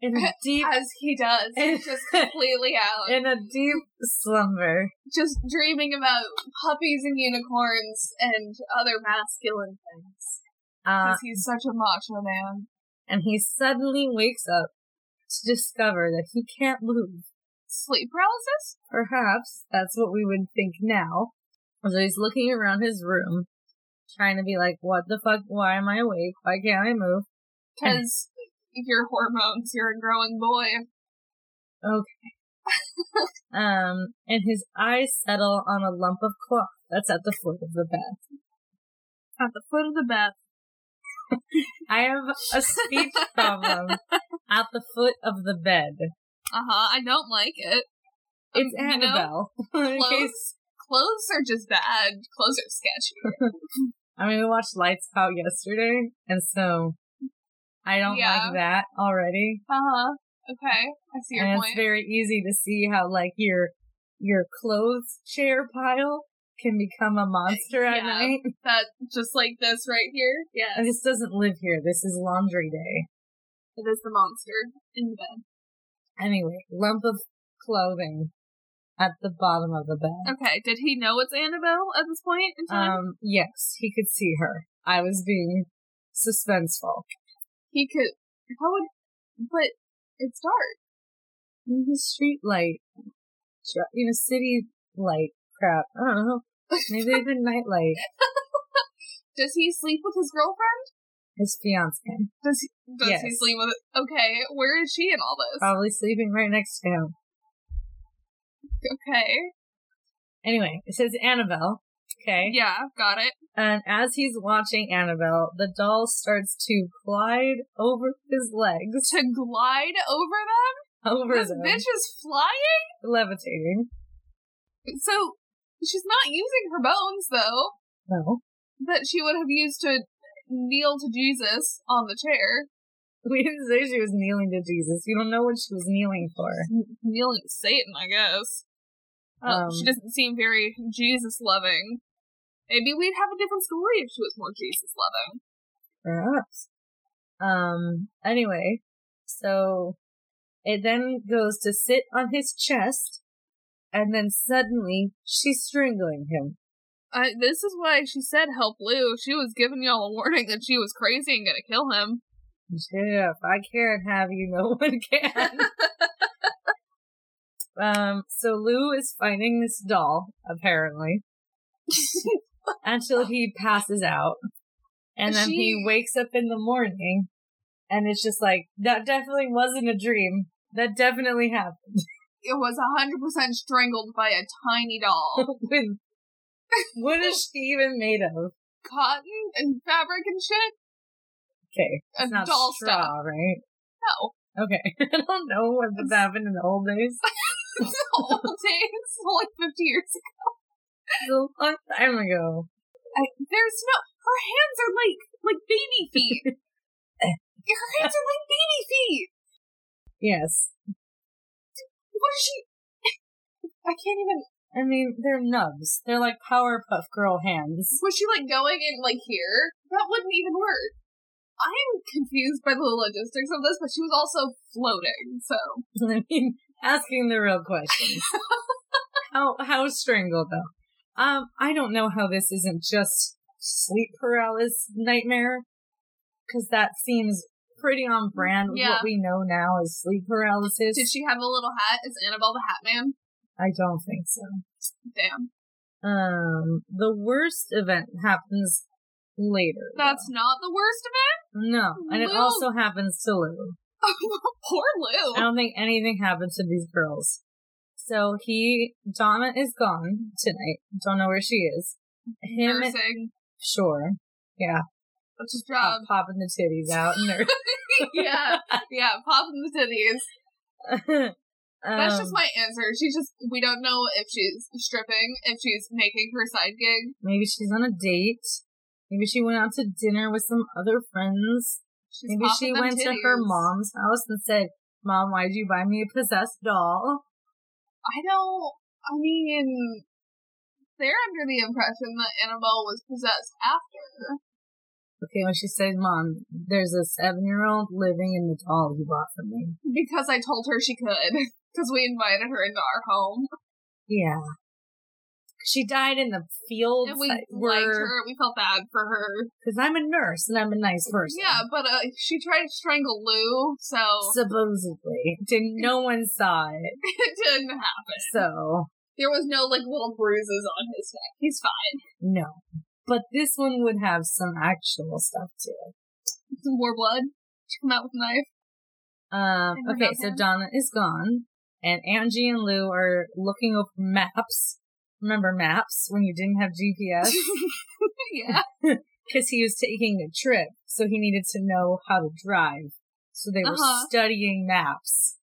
Speaker 1: in a deep
Speaker 2: As he does. He's just completely out.
Speaker 1: in a deep slumber.
Speaker 2: just dreaming about puppies and unicorns and other masculine things.
Speaker 1: Uh,
Speaker 2: Because he's such a macho man.
Speaker 1: and he suddenly wakes up to discover that he can't move.
Speaker 2: Sleep paralysis?
Speaker 1: Perhaps that's what we would think now. So he's looking around his room, trying to be like, what the fuck? Why am I awake? Why can't I move?
Speaker 2: Because your hormones, you're a growing boy.
Speaker 1: Um, and his eyes settle on a lump of cloth that's at the foot of the bed.
Speaker 2: At the foot of the bed.
Speaker 1: I have a speech problem at the foot of the bed.
Speaker 2: Uh huh. I don't like it. Um,
Speaker 1: It's
Speaker 2: you know,
Speaker 1: Annabelle. In case
Speaker 2: clothes, clothes are just bad. Clothes are sketchy.
Speaker 1: I mean, we watched Lights Out yesterday, and so I don't
Speaker 2: Yeah.
Speaker 1: like that already.
Speaker 2: Uh huh. Okay. I see your
Speaker 1: and
Speaker 2: point.
Speaker 1: it's very easy to see how like your your clothes chair pile can become a monster at
Speaker 2: Yeah.
Speaker 1: night.
Speaker 2: that just like this right here. Yeah.
Speaker 1: And this doesn't live here. This is laundry day.
Speaker 2: It is the monster in the bed.
Speaker 1: Anyway, lump of clothing at the bottom of the bed.
Speaker 2: Okay. Did he know it's Annabelle at this point in time?
Speaker 1: Um, yes, he could see her. I was being suspenseful.
Speaker 2: He could. How would? But it's dark.
Speaker 1: His street light, tr- you know, city light crap. I don't know. Maybe they did nightlight.
Speaker 2: Does he sleep with his girlfriend?
Speaker 1: His fiance
Speaker 2: Does he, does he
Speaker 1: Yes. Um,
Speaker 2: sleep with? Okay, where is she in all this?
Speaker 1: probably sleeping right next to him.
Speaker 2: okay,
Speaker 1: Anyway, it says Annabelle. Okay.
Speaker 2: Yeah, got it.
Speaker 1: And as he's watching Annabelle, the doll starts to glide over his legs,
Speaker 2: To glide over them?
Speaker 1: over
Speaker 2: This
Speaker 1: them,
Speaker 2: bitch is flying?
Speaker 1: levitating.
Speaker 2: So she's not using her bones though,
Speaker 1: No,
Speaker 2: that she would have used to kneel to Jesus on the chair.
Speaker 1: we didn't say she was kneeling to Jesus. You don't know what she was kneeling for.
Speaker 2: Kneeling to Satan, I guess. Oh, she
Speaker 1: Um,
Speaker 2: doesn't seem very Jesus loving. Maybe we'd have a different story if she was more Jesus loving.
Speaker 1: Perhaps. Um. Anyway, so it then goes to sit on his chest, and then suddenly she's strangling him.
Speaker 2: I, this is why she said help Lou. She was giving y'all a warning that she was crazy and gonna kill him.
Speaker 1: Yeah, if I can't have you, no one can. um, so Lou is fighting this doll, apparently, until he passes out. And then he
Speaker 2: She-
Speaker 1: wakes up in the morning, and it's just like, that definitely wasn't a dream. That definitely happened
Speaker 2: it was 100% strangled by a tiny doll.
Speaker 1: with. What is she even made of?
Speaker 2: Cotton and fabric and shit?
Speaker 1: Okay, it's
Speaker 2: And
Speaker 1: not
Speaker 2: doll
Speaker 1: straw,
Speaker 2: stuff.
Speaker 1: right?
Speaker 2: No.
Speaker 1: Okay, I don't know what was happened in the old days.
Speaker 2: old days, like 50 years ago.
Speaker 1: It's a long time ago.
Speaker 2: There's no, her hands are like, like baby feet. her hands are like baby feet.
Speaker 1: Yes,
Speaker 2: What is she? I can't even,
Speaker 1: I mean, they're nubs. They're like Powerpuff Girl hands.
Speaker 2: was she like going in like here? That wouldn't even work. I'm confused by the logistics of this, but she was also floating, so.
Speaker 1: I mean, asking the real question. how how strangled though? Um, I don't know how this isn't just sleep paralysis nightmare, because that seems pretty on brand with
Speaker 2: Yeah.
Speaker 1: what we know now as sleep paralysis.
Speaker 2: Did she have a little hat? Is Annabelle the Hat Man?
Speaker 1: I don't think so.
Speaker 2: Damn.
Speaker 1: Um, the worst event happens later. though.
Speaker 2: That's not the worst of it?
Speaker 1: no, and it
Speaker 2: Lou-
Speaker 1: also happens to Lou.
Speaker 2: Oh, Poor Lou.
Speaker 1: I don't think anything happened to these girls. So he, Donna is gone tonight. Don't know where she is. Him,
Speaker 2: Nursing.
Speaker 1: sure. Yeah.
Speaker 2: That's his job.
Speaker 1: pop- popping the titties out. And they're-
Speaker 2: yeah, yeah, popping the titties. That's just
Speaker 1: Um,
Speaker 2: my answer. She's just, we don't know if she's stripping, if she's making her side gig.
Speaker 1: Maybe she's on a date. Maybe she went out to dinner with some other friends.
Speaker 2: She's
Speaker 1: Maybe
Speaker 2: popping
Speaker 1: she
Speaker 2: them
Speaker 1: went to her
Speaker 2: titties.
Speaker 1: mom's house and said, Mom, why'd you buy me a possessed doll?
Speaker 2: I don't, I mean, they're under the impression that Annabelle was possessed after.
Speaker 1: Okay, when she said, Mom, there's a seven year old living in the doll you bought for me.
Speaker 2: Because I told her she could. Because we invited her into our home.
Speaker 1: Yeah. She died in the field.
Speaker 2: And we
Speaker 1: that
Speaker 2: liked
Speaker 1: were-
Speaker 2: her. We felt bad for her.
Speaker 1: Because I'm a nurse and I'm a nice person.
Speaker 2: Yeah, but uh, she tried to strangle Lou, so
Speaker 1: Supposedly. Didn't, no one saw it.
Speaker 2: it didn't happen.
Speaker 1: So,
Speaker 2: There was no, like, little bruises on his neck. He's fine.
Speaker 1: no. But this one would have some actual stuff to it.
Speaker 2: some more blood to come out with a knife.
Speaker 1: Um,
Speaker 2: And we're
Speaker 1: okay,
Speaker 2: not
Speaker 1: so
Speaker 2: done?
Speaker 1: Donna is gone, and Angie and Lou are looking over maps. Remember maps when you didn't have GPS?
Speaker 2: yeah.
Speaker 1: Because he was taking a trip, so he needed to know how to drive. So they were
Speaker 2: Uh-huh.
Speaker 1: studying maps.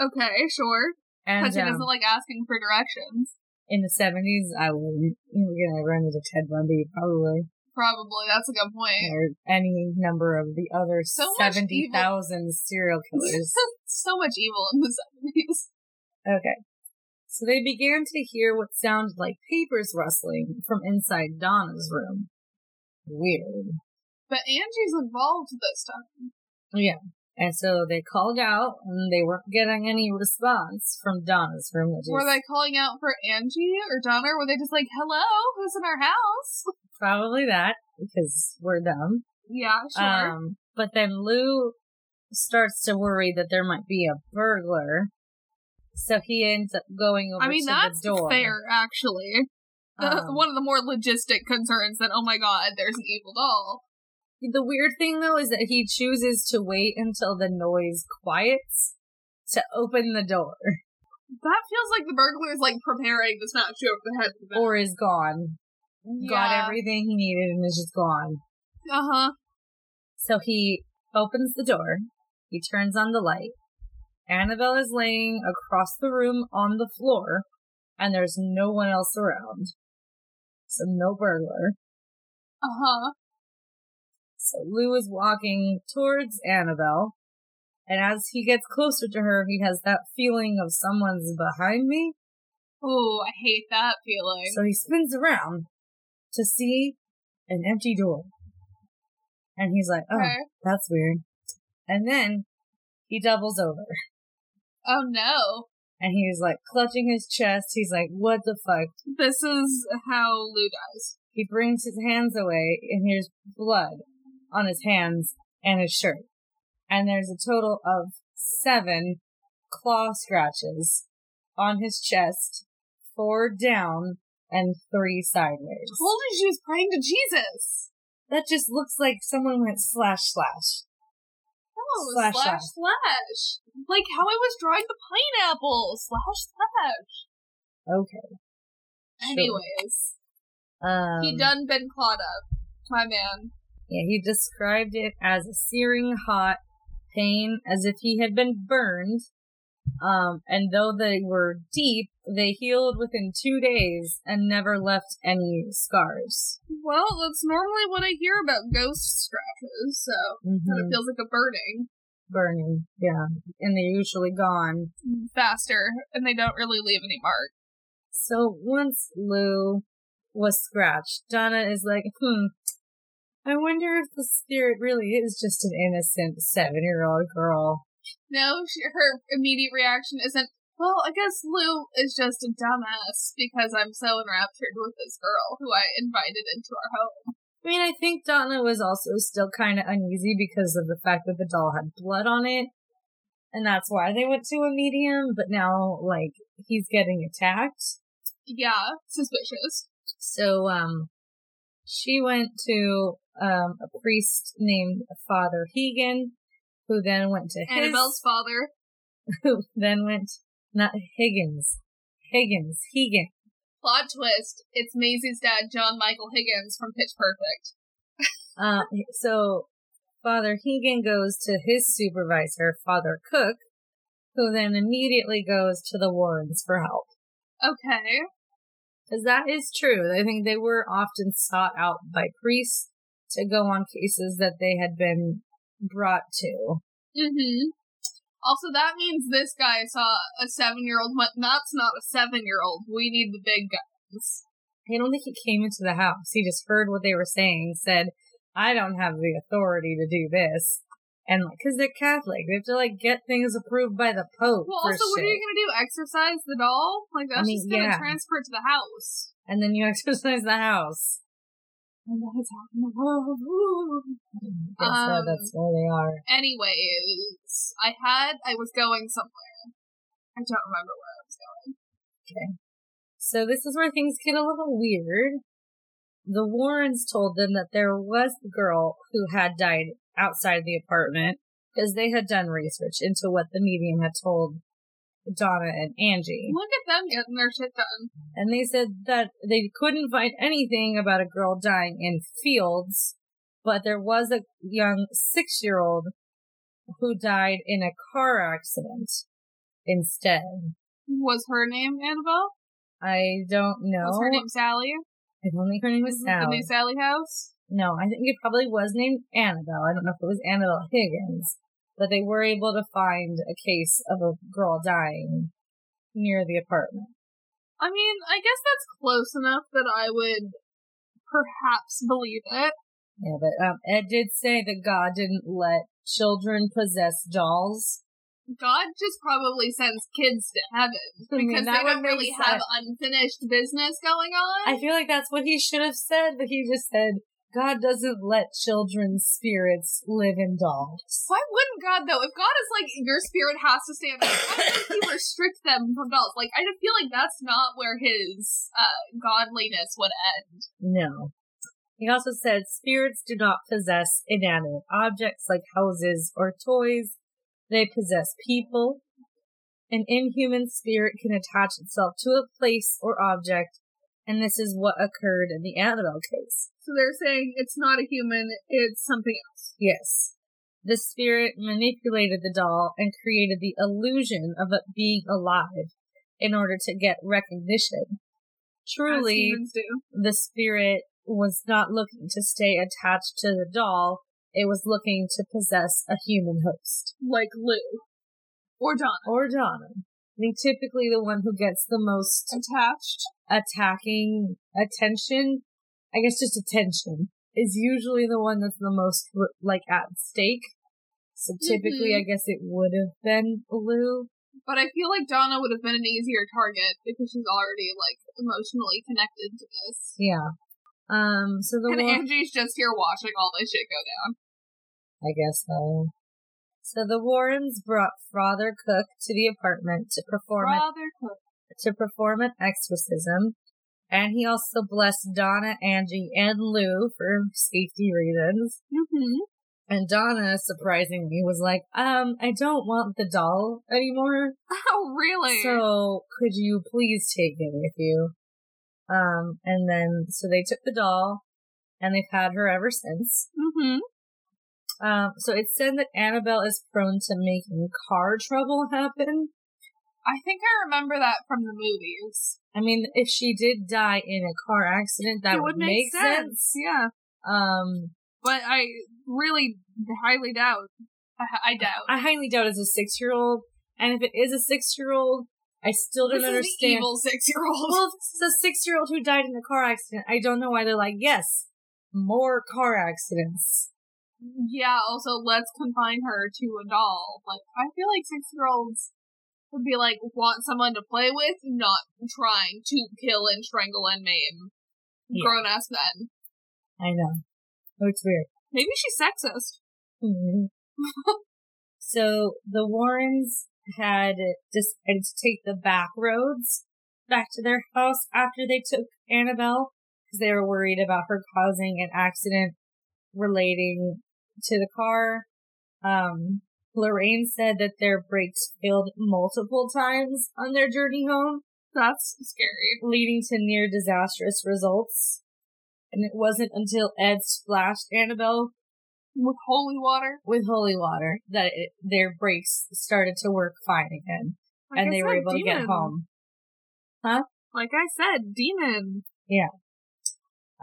Speaker 2: Okay, sure.
Speaker 1: And
Speaker 2: Because it
Speaker 1: um,
Speaker 2: isn't like asking for directions.
Speaker 1: in the 70s, I would, you were gonna run into Ted Bundy, probably.
Speaker 2: Probably. That's a good point.
Speaker 1: or any number of the other
Speaker 2: So much
Speaker 1: seventy thousand serial killers.
Speaker 2: so much evil in the 70s.
Speaker 1: okay. So they began to hear what sounded like papers rustling from inside Donna's room. Weird.
Speaker 2: But Angie's involved this time.
Speaker 1: And so they called out and they weren't getting any response from Donna's room. Which
Speaker 2: Were
Speaker 1: is
Speaker 2: they calling out for Angie or Donna? Were they just like, hello, who's in our house?
Speaker 1: probably that because we're dumb.
Speaker 2: Yeah, sure.
Speaker 1: Um, but then Lou starts to worry that there might be a burglar. So he ends up going over
Speaker 2: I mean,
Speaker 1: to
Speaker 2: that's
Speaker 1: the door.
Speaker 2: fair, actually. The-
Speaker 1: Um,
Speaker 2: one of the more logistic concerns that, oh my god, there's an evil doll.
Speaker 1: The weird thing though is that he chooses to wait until the noise quiets to open the door
Speaker 2: That feels like the burglar's like preparing to smash you over the head with a bat.
Speaker 1: or is gone. got
Speaker 2: Yeah.
Speaker 1: everything he needed and is just gone.
Speaker 2: Uh huh.
Speaker 1: So he opens the door, he turns on the light. Annabelle is laying across the room on the floor, and there's no one else around. So no burglar.
Speaker 2: Uh huh.
Speaker 1: So Lou is walking towards Annabelle, and as he gets closer to her, he has that feeling of someone's behind me.
Speaker 2: Oh, I hate that feeling.
Speaker 1: So he spins around to see an empty door. And he's like, oh,
Speaker 2: Okay.
Speaker 1: that's weird. And then he doubles over.
Speaker 2: Oh no.
Speaker 1: and he's like clutching his chest. He's like, "What the fuck?"
Speaker 2: This is how Lou dies.
Speaker 1: He brings his hands away, and there's blood on his hands and his shirt. And there's a total of seven claw scratches on his chest, four down and three sideways.
Speaker 2: Told you she was praying to Jesus.
Speaker 1: That just looks like someone went slash slash.
Speaker 2: Oh,
Speaker 1: Slash,
Speaker 2: slash slash. Like how I was drawing the pineapple. Slash slash.
Speaker 1: Okay. Sure.
Speaker 2: Anyways,
Speaker 1: Um,
Speaker 2: he done been clawed up. My man.
Speaker 1: Yeah, he described it as a searing hot pain, as if he had been burned. Um, and though they were deep, they healed within two days and never left any scars.
Speaker 2: Well, that's normally what I hear about ghost scratches, so that it
Speaker 1: Mhm.
Speaker 2: feels like a burning
Speaker 1: Burning, yeah. And they're usually gone.
Speaker 2: faster, and they don't really leave any mark.
Speaker 1: So once Lou was scratched, Donna is like, hmm, I wonder if the spirit really is just an innocent seven year old girl.
Speaker 2: No, she, her immediate reaction isn't, well, I guess Lou is just a dumbass because I'm so enraptured with this girl who I invited into our home.
Speaker 1: I mean, I think Donna was also still kind of uneasy because of the fact that the doll had blood on it. And that's why they went to a medium, but now, like, he's getting attacked.
Speaker 2: Yeah, suspicious.
Speaker 1: So, um, she went to, um, a priest named Father Hegan, who then went to his,
Speaker 2: Annabelle's father.
Speaker 1: who then went, not Higgins, Higgins, Hegan.
Speaker 2: Plot twist. It's Maisie's dad, John Michael Higgins from Pitch Perfect.
Speaker 1: Uh, so Father Hegan goes to his supervisor, Father Cook, who then immediately goes to the Warrens for help.
Speaker 2: Okay.
Speaker 1: Because that is true. I think they were often sought out by priests to go on cases that they had been brought to.
Speaker 2: Mm-hmm. Also, that means this guy saw a seven-year-old went, that's not a seven-year-old. We need the big guns.
Speaker 1: I don't think he came into the house. He just heard what they were saying, said, I don't have the authority to do this. And because they're Catholic, they have to like get things approved by the Pope.
Speaker 2: Well,
Speaker 1: for
Speaker 2: also, what are
Speaker 1: shit.
Speaker 2: you gonna do? Exercise the doll? Like, that's
Speaker 1: mean,
Speaker 2: just gonna
Speaker 1: yeah.
Speaker 2: transfer to the house.
Speaker 1: and then you exercise the house.
Speaker 2: And that is out in the world.
Speaker 1: Guess
Speaker 2: Um,
Speaker 1: what? That's where they are.
Speaker 2: Anyways, I had I was going somewhere. I don't remember where I was going.
Speaker 1: So this is where things get a little weird. The Warrens told them that there was a girl who had died outside the apartment because they had done research into what the medium had told Donna and Angie.
Speaker 2: Look at them getting their shit done.
Speaker 1: And they said that they couldn't find anything about a girl dying in fields, but there was a young six year old who died in a car accident instead.
Speaker 2: Was her name Annabelle?
Speaker 1: I don't know.
Speaker 2: Was her name Mm-hmm. Sally?
Speaker 1: I don't think her name was
Speaker 2: Was it the
Speaker 1: Sally.
Speaker 2: new Sally house?
Speaker 1: No, I think it probably was named Annabelle. I don't know if it was Annabelle Higgins, but they were able to find a case of a girl dying near the apartment.
Speaker 2: I mean, I guess that's close enough that I would perhaps believe it.
Speaker 1: Yeah, but um, Ed did say that God didn't let children possess dolls.
Speaker 2: God just probably sends kids to heaven
Speaker 1: I mean,
Speaker 2: because
Speaker 1: that
Speaker 2: they don't
Speaker 1: would make
Speaker 2: really have
Speaker 1: sense.
Speaker 2: unfinished business going on.
Speaker 1: I feel like that's what he should have said, but he just said God doesn't let children's spirits live in dolls.
Speaker 2: Why wouldn't God though? If God is like your spirit has to stand, up, why would He restrict them from bells? Like I just feel like that's not where His uh, godliness would end.
Speaker 1: No. He also said spirits do not possess inanimate objects like houses or toys. They possess people. An inhuman spirit can attach itself to a place or object And this is what occurred in the Annabelle case.
Speaker 2: So they're saying it's not a human, it's something else.
Speaker 1: Yes. The spirit manipulated the doll and created the illusion of it being alive in order to get recognition.
Speaker 2: as
Speaker 1: Truly,
Speaker 2: humans do.
Speaker 1: the spirit was not looking to stay attached to the doll, it was looking to possess a human host.
Speaker 2: Like Lou. Or Donna.
Speaker 1: Or Donna. I think typically the one who gets the most
Speaker 2: Attached.
Speaker 1: attacking attention, I guess just attention, is usually the one that's the most like at stake. So typically,
Speaker 2: Mhm.
Speaker 1: I guess it would have been Lou.
Speaker 2: But I feel like Donna would have been an easier target because she's already, like, emotionally connected to this.
Speaker 1: Yeah. Um. So the
Speaker 2: And
Speaker 1: one,
Speaker 2: Angie's just here watching all this shit go down.
Speaker 1: I guess so. So the Warrens brought Father Cook to the apartment to perform an,
Speaker 2: Rather cook.
Speaker 1: to perform an exorcism, and he also blessed Donna, Angie, and Lou for safety reasons.
Speaker 2: Mm-hmm.
Speaker 1: And Donna, surprisingly, was like, um, I don't want the doll anymore.
Speaker 2: Oh, really?
Speaker 1: So could you please take it with you? Um, and then, so they took the doll and they've had her ever since.
Speaker 2: mm-hmm.
Speaker 1: Um, so it's said that Annabelle is prone to making car trouble happen.
Speaker 2: I think I remember that from the movies.
Speaker 1: I mean, if she did die in a car accident, that
Speaker 2: It
Speaker 1: would, make sense.
Speaker 2: Yeah.
Speaker 1: Um,
Speaker 2: But I really highly doubt. I, I doubt.
Speaker 1: I highly doubt it's a six year old. And if it is a six year old, I still don't
Speaker 2: this is the
Speaker 1: understand.
Speaker 2: evil six year old.
Speaker 1: Well, if this is a six year old who died in a car accident, I don't know why they're like, yes, more car accidents.
Speaker 2: Yeah, also, let's confine her to a doll. Like, I feel like six year olds would be like, want someone to play with, not trying to kill and strangle and maim
Speaker 1: Yeah.
Speaker 2: grown ass men.
Speaker 1: I know. Oh, it's weird.
Speaker 2: Maybe she's sexist.
Speaker 1: Mhm. so the Warrens had decided to take the back roads back to their house after they took Annabelle because they were worried about her causing an accident relating to the car. Um, Lorraine said that their brakes failed multiple times on their journey home.
Speaker 2: That's scary.
Speaker 1: leading to near disastrous results. And it wasn't until Ed splashed Annabelle
Speaker 2: With holy water.
Speaker 1: with holy water that it, their brakes started to work fine again,
Speaker 2: Like
Speaker 1: and
Speaker 2: I
Speaker 1: they were
Speaker 2: said,
Speaker 1: able to get
Speaker 2: demon.
Speaker 1: home.
Speaker 2: Like I said, demon.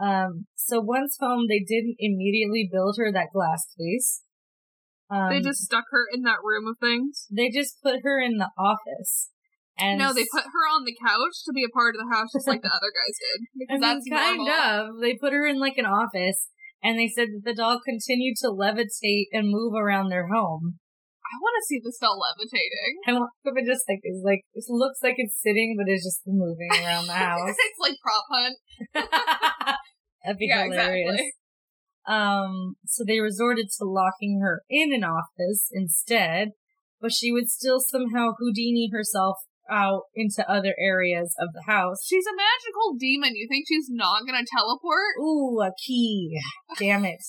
Speaker 1: Um, so once home, they didn't immediately build her that glass case. Um,
Speaker 2: they just stuck her in that room of things.
Speaker 1: they just put her in the office, and
Speaker 2: No, they put her on the couch to be a part of the house, just like the other guys did.
Speaker 1: I mean,
Speaker 2: Because that's
Speaker 1: kind
Speaker 2: normal.
Speaker 1: of. They put her in like an office, and they said that the doll continued to levitate and move around their home.
Speaker 2: I want to see the doll levitating.
Speaker 1: I want them to just like it's like it looks like it's sitting, but it's just moving around the house.
Speaker 2: it's like prop hunt.
Speaker 1: That'd be
Speaker 2: Yeah,
Speaker 1: hilarious.
Speaker 2: exactly.
Speaker 1: Um, so they resorted to locking her in an office instead, but she would still somehow Houdini herself out into other areas of the house.
Speaker 2: She's a magical demon. You think she's not gonna teleport?
Speaker 1: Ooh, a key. Damn it.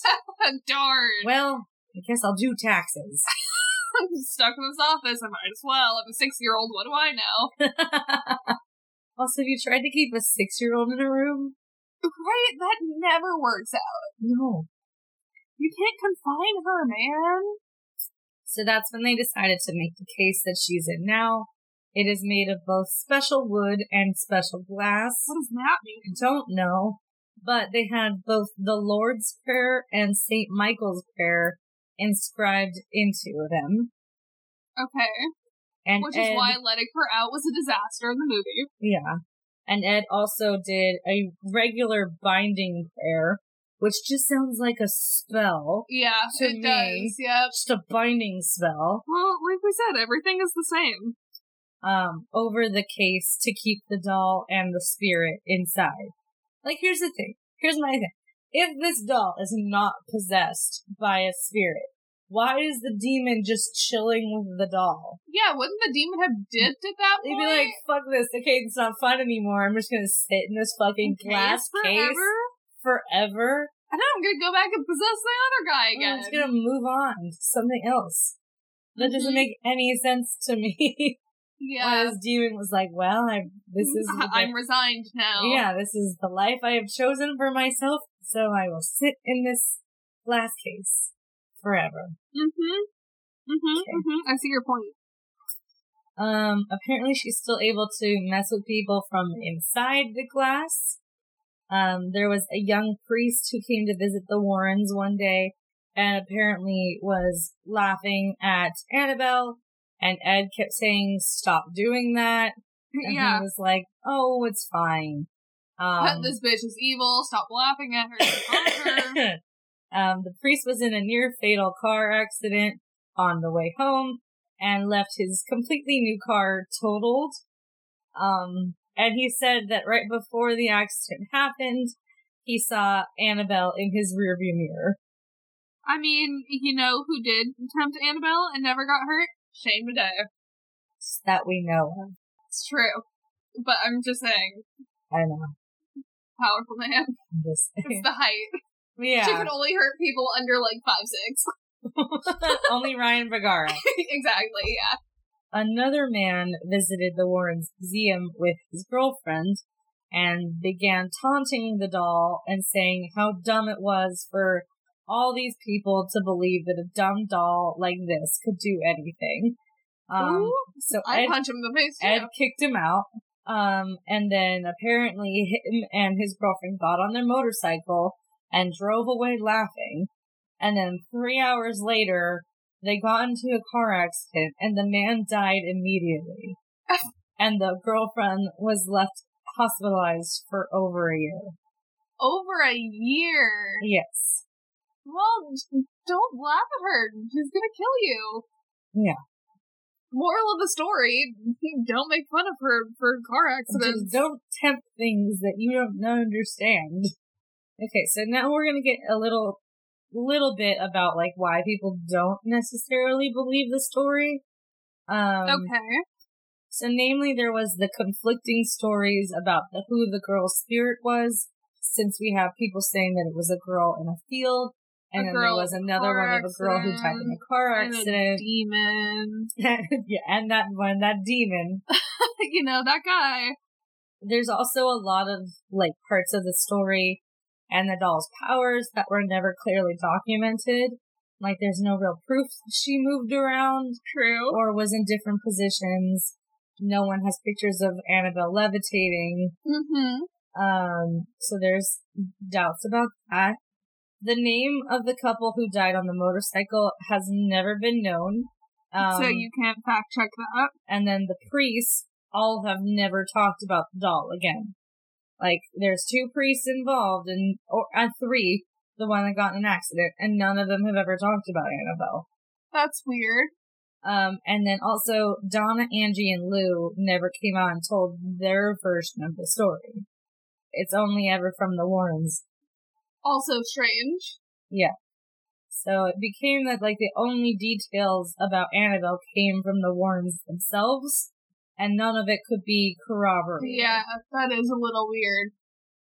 Speaker 2: Darn.
Speaker 1: Well, I guess I'll do taxes.
Speaker 2: I'm stuck in this office. I might as well. I'm a six year old. What do I know?
Speaker 1: also, have you tried to keep a six year old in a room?
Speaker 2: right? That never works out.
Speaker 1: No.
Speaker 2: You can't confine her, man.
Speaker 1: So that's when they decided to make the case that she's in now. It is made of both special wood and special glass.
Speaker 2: What does that mean?
Speaker 1: I don't know, but they had both the Lord's Prayer and St. Michael's Prayer inscribed into them.
Speaker 2: Okay.
Speaker 1: And
Speaker 2: Which
Speaker 1: Ed,
Speaker 2: is why letting her out was a disaster in the movie.
Speaker 1: yeah. And Ed also did a regular binding prayer, which just sounds like a spell.
Speaker 2: Yeah,
Speaker 1: To
Speaker 2: it
Speaker 1: me.
Speaker 2: does. Yep.
Speaker 1: Just a binding spell.
Speaker 2: Well, like we said, everything is the same.
Speaker 1: um, over the case to keep the doll and the spirit inside. Like, here's the thing. Here's my thing. If this doll is not possessed by a spirit, why is the demon just chilling with the doll?
Speaker 2: Yeah, wouldn't the demon have dipped at that
Speaker 1: They'd
Speaker 2: point?
Speaker 1: be like, fuck this. Okay, it's not fun anymore. I'm just gonna sit in this fucking
Speaker 2: Okay,
Speaker 1: glass
Speaker 2: forever?
Speaker 1: case forever.
Speaker 2: And then I'm gonna go back and possess the other guy again.
Speaker 1: I'm just gonna move on to something else. That doesn't
Speaker 2: Mhm.
Speaker 1: make any sense to me.
Speaker 2: Yeah.
Speaker 1: Whereas Demon was like, well, I'm, this is, the-
Speaker 2: I'm resigned now.
Speaker 1: yeah, this is the life I have chosen for myself. So I will sit in this glass case forever.
Speaker 2: Mhm. Mhm. Mhm. I see your point.
Speaker 1: Um, apparently she's still able to mess with people from inside the glass. Um, there was a young priest who came to visit the Warrens one day and apparently was laughing at Annabelle and Ed kept saying, stop doing that. And
Speaker 2: yeah.
Speaker 1: he was like, oh, it's fine. Um,
Speaker 2: this bitch is evil. Stop laughing at her. Don't her.
Speaker 1: um, the priest was in a near fatal car accident on the way home and left his completely new car totaled. Um, and he said that right before the accident happened, he saw Annabelle in his rearview mirror.
Speaker 2: I mean, you know who did tempt Annabelle and never got hurt? Shane Madeo.
Speaker 1: That we know of.
Speaker 2: It's true. But I'm just saying,
Speaker 1: I know.
Speaker 2: powerful man.
Speaker 1: I'm just
Speaker 2: It's the height. She
Speaker 1: yeah.
Speaker 2: can only hurt people under like five six.
Speaker 1: Only Ryan Vergara.
Speaker 2: exactly. Yeah.
Speaker 1: another man visited the Warren's museum with his girlfriend and began taunting the doll and saying how dumb it was for all these people to believe that a dumb doll like this could do anything. Um,
Speaker 2: Ooh,
Speaker 1: so
Speaker 2: I
Speaker 1: Ed,
Speaker 2: punch him in the face too.
Speaker 1: Ed kicked him out. Um, and then apparently him and his girlfriend got on their motorcycle and drove away laughing. And then three hours later, they got into a car accident and the man died immediately. and the girlfriend was left hospitalized for over a year.
Speaker 2: Over a year.
Speaker 1: Yes.
Speaker 2: Well, j- don't laugh at her. She's gonna kill you.
Speaker 1: Yeah.
Speaker 2: Moral of the story: Don't make fun of her for car accidents.
Speaker 1: Just don't tempt things that you don't understand. Okay, so now we're gonna get a little, little bit about like why people don't necessarily believe the story. Um,
Speaker 2: okay.
Speaker 1: So, namely, there was the conflicting stories about the, who the girl's spirit was, since we have people saying that it was a girl in a field, and
Speaker 2: A
Speaker 1: then there
Speaker 2: girl
Speaker 1: was
Speaker 2: in a
Speaker 1: another
Speaker 2: car
Speaker 1: one of a girl who died in a car
Speaker 2: And a
Speaker 1: accident.
Speaker 2: demon.
Speaker 1: yeah, and that one, that demon.
Speaker 2: you know that guy.
Speaker 1: There's also a lot of like parts of the story and the doll's powers that were never clearly documented. Like, there's no real proof she moved around.
Speaker 2: True.
Speaker 1: or was in different positions. No one has pictures of Annabelle levitating.
Speaker 2: Mm-hmm.
Speaker 1: Um, so there's doubts about that. The name of the couple who died on the motorcycle has never been known. Um,
Speaker 2: so you can't fact check that.
Speaker 1: and then the priests all have never talked about the doll again. Like, there's two priests involved and, or, uh, three, the one that got in an accident, and none of them have ever talked about Annabelle.
Speaker 2: That's weird.
Speaker 1: Um, and then also Donna, Angie, and Lou never came out and told their version of the story. It's only ever from the Warrens.
Speaker 2: Also strange.
Speaker 1: So it became that like the only details about Annabelle came from the Warrens themselves, and none of it could be corroborated.
Speaker 2: Yeah, that is a little weird.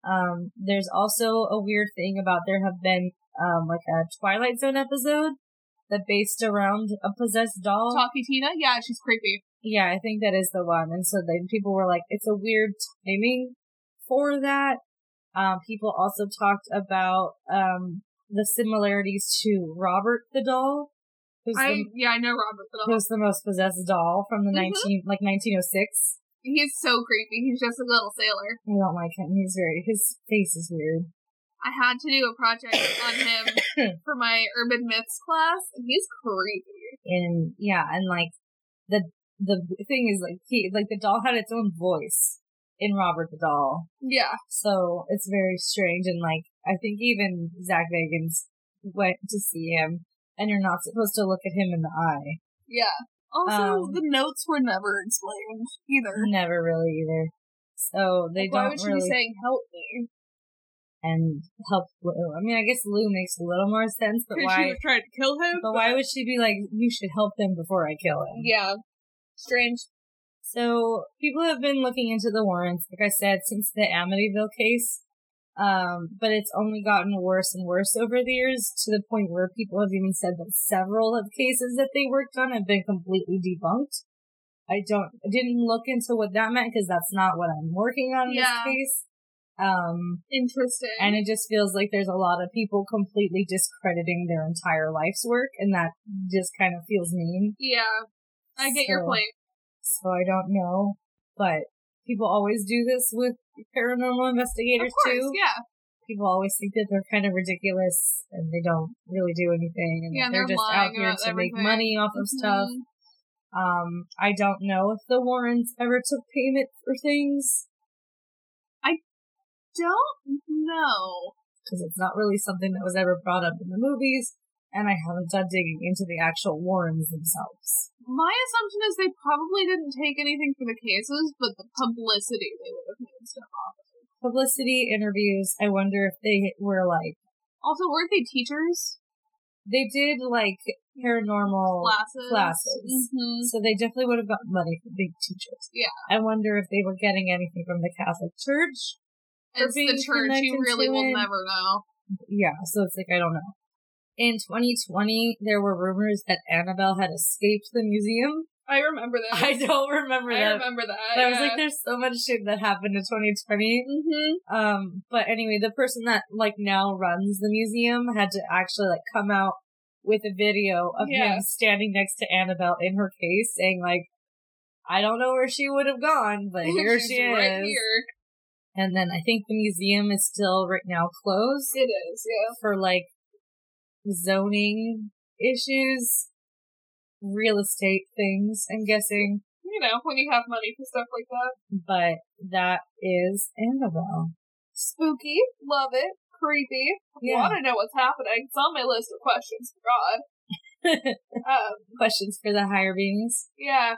Speaker 1: Um, there's also a weird thing about there have been um like a Twilight Zone episode that based around a possessed doll.
Speaker 2: Talkie Tina. Yeah, she's creepy.
Speaker 1: Yeah, I think that is the one. And so then people were like, it's a weird timing for that. Um, people also talked about um, the similarities to Robert the doll, who's,
Speaker 2: I
Speaker 1: the,
Speaker 2: yeah, I know Robert the doll.
Speaker 1: who's the most possessed doll from the
Speaker 2: Mhm.
Speaker 1: 19, like 1906.
Speaker 2: He's so creepy. He's just a little sailor.
Speaker 1: I don't like him. He's very, his face is weird.
Speaker 2: I had to do a project on him for my urban myths class, and he's creepy.
Speaker 1: And yeah, and like the, the thing is like he, like the doll had its own voice in Robert the doll.
Speaker 2: Yeah,
Speaker 1: So it's very strange. And like, I think even Zach Bagans went to see him, and you're not supposed to look at him in the eye.
Speaker 2: yeah. Also,
Speaker 1: Um,
Speaker 2: the notes were never explained either.
Speaker 1: Never really either. So they
Speaker 2: Like, why would
Speaker 1: don't
Speaker 2: she be
Speaker 1: really
Speaker 2: saying "help me"?
Speaker 1: and help Lou. I mean, I guess Lou makes a little more sense, but
Speaker 2: Because she
Speaker 1: why?
Speaker 2: was trying to kill him.
Speaker 1: But why would she be like, you should help him before I kill him?
Speaker 2: Yeah, strange.
Speaker 1: So people have been looking into the warrants, like I said, since the Amityville case. Um, but it's only gotten worse and worse over the years to the point where people have even said that several of cases that they worked on have been completely debunked. I don't, I didn't look into what that meant because that's not what I'm working on in
Speaker 2: Yeah.
Speaker 1: this case. Um,
Speaker 2: Interesting.
Speaker 1: and it just feels like there's a lot of people completely discrediting their entire life's work, and that just kind of feels mean.
Speaker 2: yeah, I get your
Speaker 1: So-
Speaker 2: point.
Speaker 1: So I don't know, but people always do this with paranormal
Speaker 2: Of
Speaker 1: investigators
Speaker 2: course,
Speaker 1: too.
Speaker 2: yeah,
Speaker 1: People always think that they're kind of ridiculous and they don't really do anything, and
Speaker 2: Yeah,
Speaker 1: that
Speaker 2: they're
Speaker 1: they're, just
Speaker 2: lying
Speaker 1: out here
Speaker 2: about
Speaker 1: to make
Speaker 2: everything.
Speaker 1: money off of stuff.
Speaker 2: Mhm.
Speaker 1: Um, I don't know if the Warrens ever took payment for things
Speaker 2: Don't know.
Speaker 1: because it's not really something that was ever brought up in the movies, and I haven't done digging into the actual Warrens themselves.
Speaker 2: My assumption is they probably didn't take anything for the cases, but the publicity they would have made stuff off.
Speaker 1: Publicity interviews, I wonder if they were like,
Speaker 2: Also, weren't they teachers?
Speaker 1: they did like paranormal.
Speaker 2: Classes.
Speaker 1: classes.
Speaker 2: hmm
Speaker 1: So they definitely would have gotten money from being teachers.
Speaker 2: Yeah.
Speaker 1: I wonder if they were getting anything from the Catholic Church. for
Speaker 2: It's the
Speaker 1: being
Speaker 2: church. You
Speaker 1: connected
Speaker 2: really
Speaker 1: to
Speaker 2: will
Speaker 1: it.
Speaker 2: never know.
Speaker 1: Yeah, so it's like, I don't know. In 2020, there were rumors that Annabelle had escaped the museum.
Speaker 2: I remember that.
Speaker 1: I don't remember
Speaker 2: I
Speaker 1: that.
Speaker 2: remember that.
Speaker 1: But I was like, there's so much shit that happened in 2020.
Speaker 2: mm-hmm.
Speaker 1: Um, but anyway, the person that like now runs the museum had to actually like come out with a video of
Speaker 2: Yeah.
Speaker 1: him standing next to Annabelle in her case saying like, I don't know where she would have gone, but here
Speaker 2: She's
Speaker 1: she is.
Speaker 2: Right here.
Speaker 1: And then I think the museum is still right now closed
Speaker 2: It is. Yeah.
Speaker 1: for like zoning issues, real estate things, I'm guessing.
Speaker 2: You know, when you have money for stuff like that.
Speaker 1: But that is Annabelle.
Speaker 2: Spooky. Love it. Creepy.
Speaker 1: Yeah.
Speaker 2: Want to know what's happening? It's on my list of questions for God. um,
Speaker 1: Questions for the higher beings.
Speaker 2: yeah.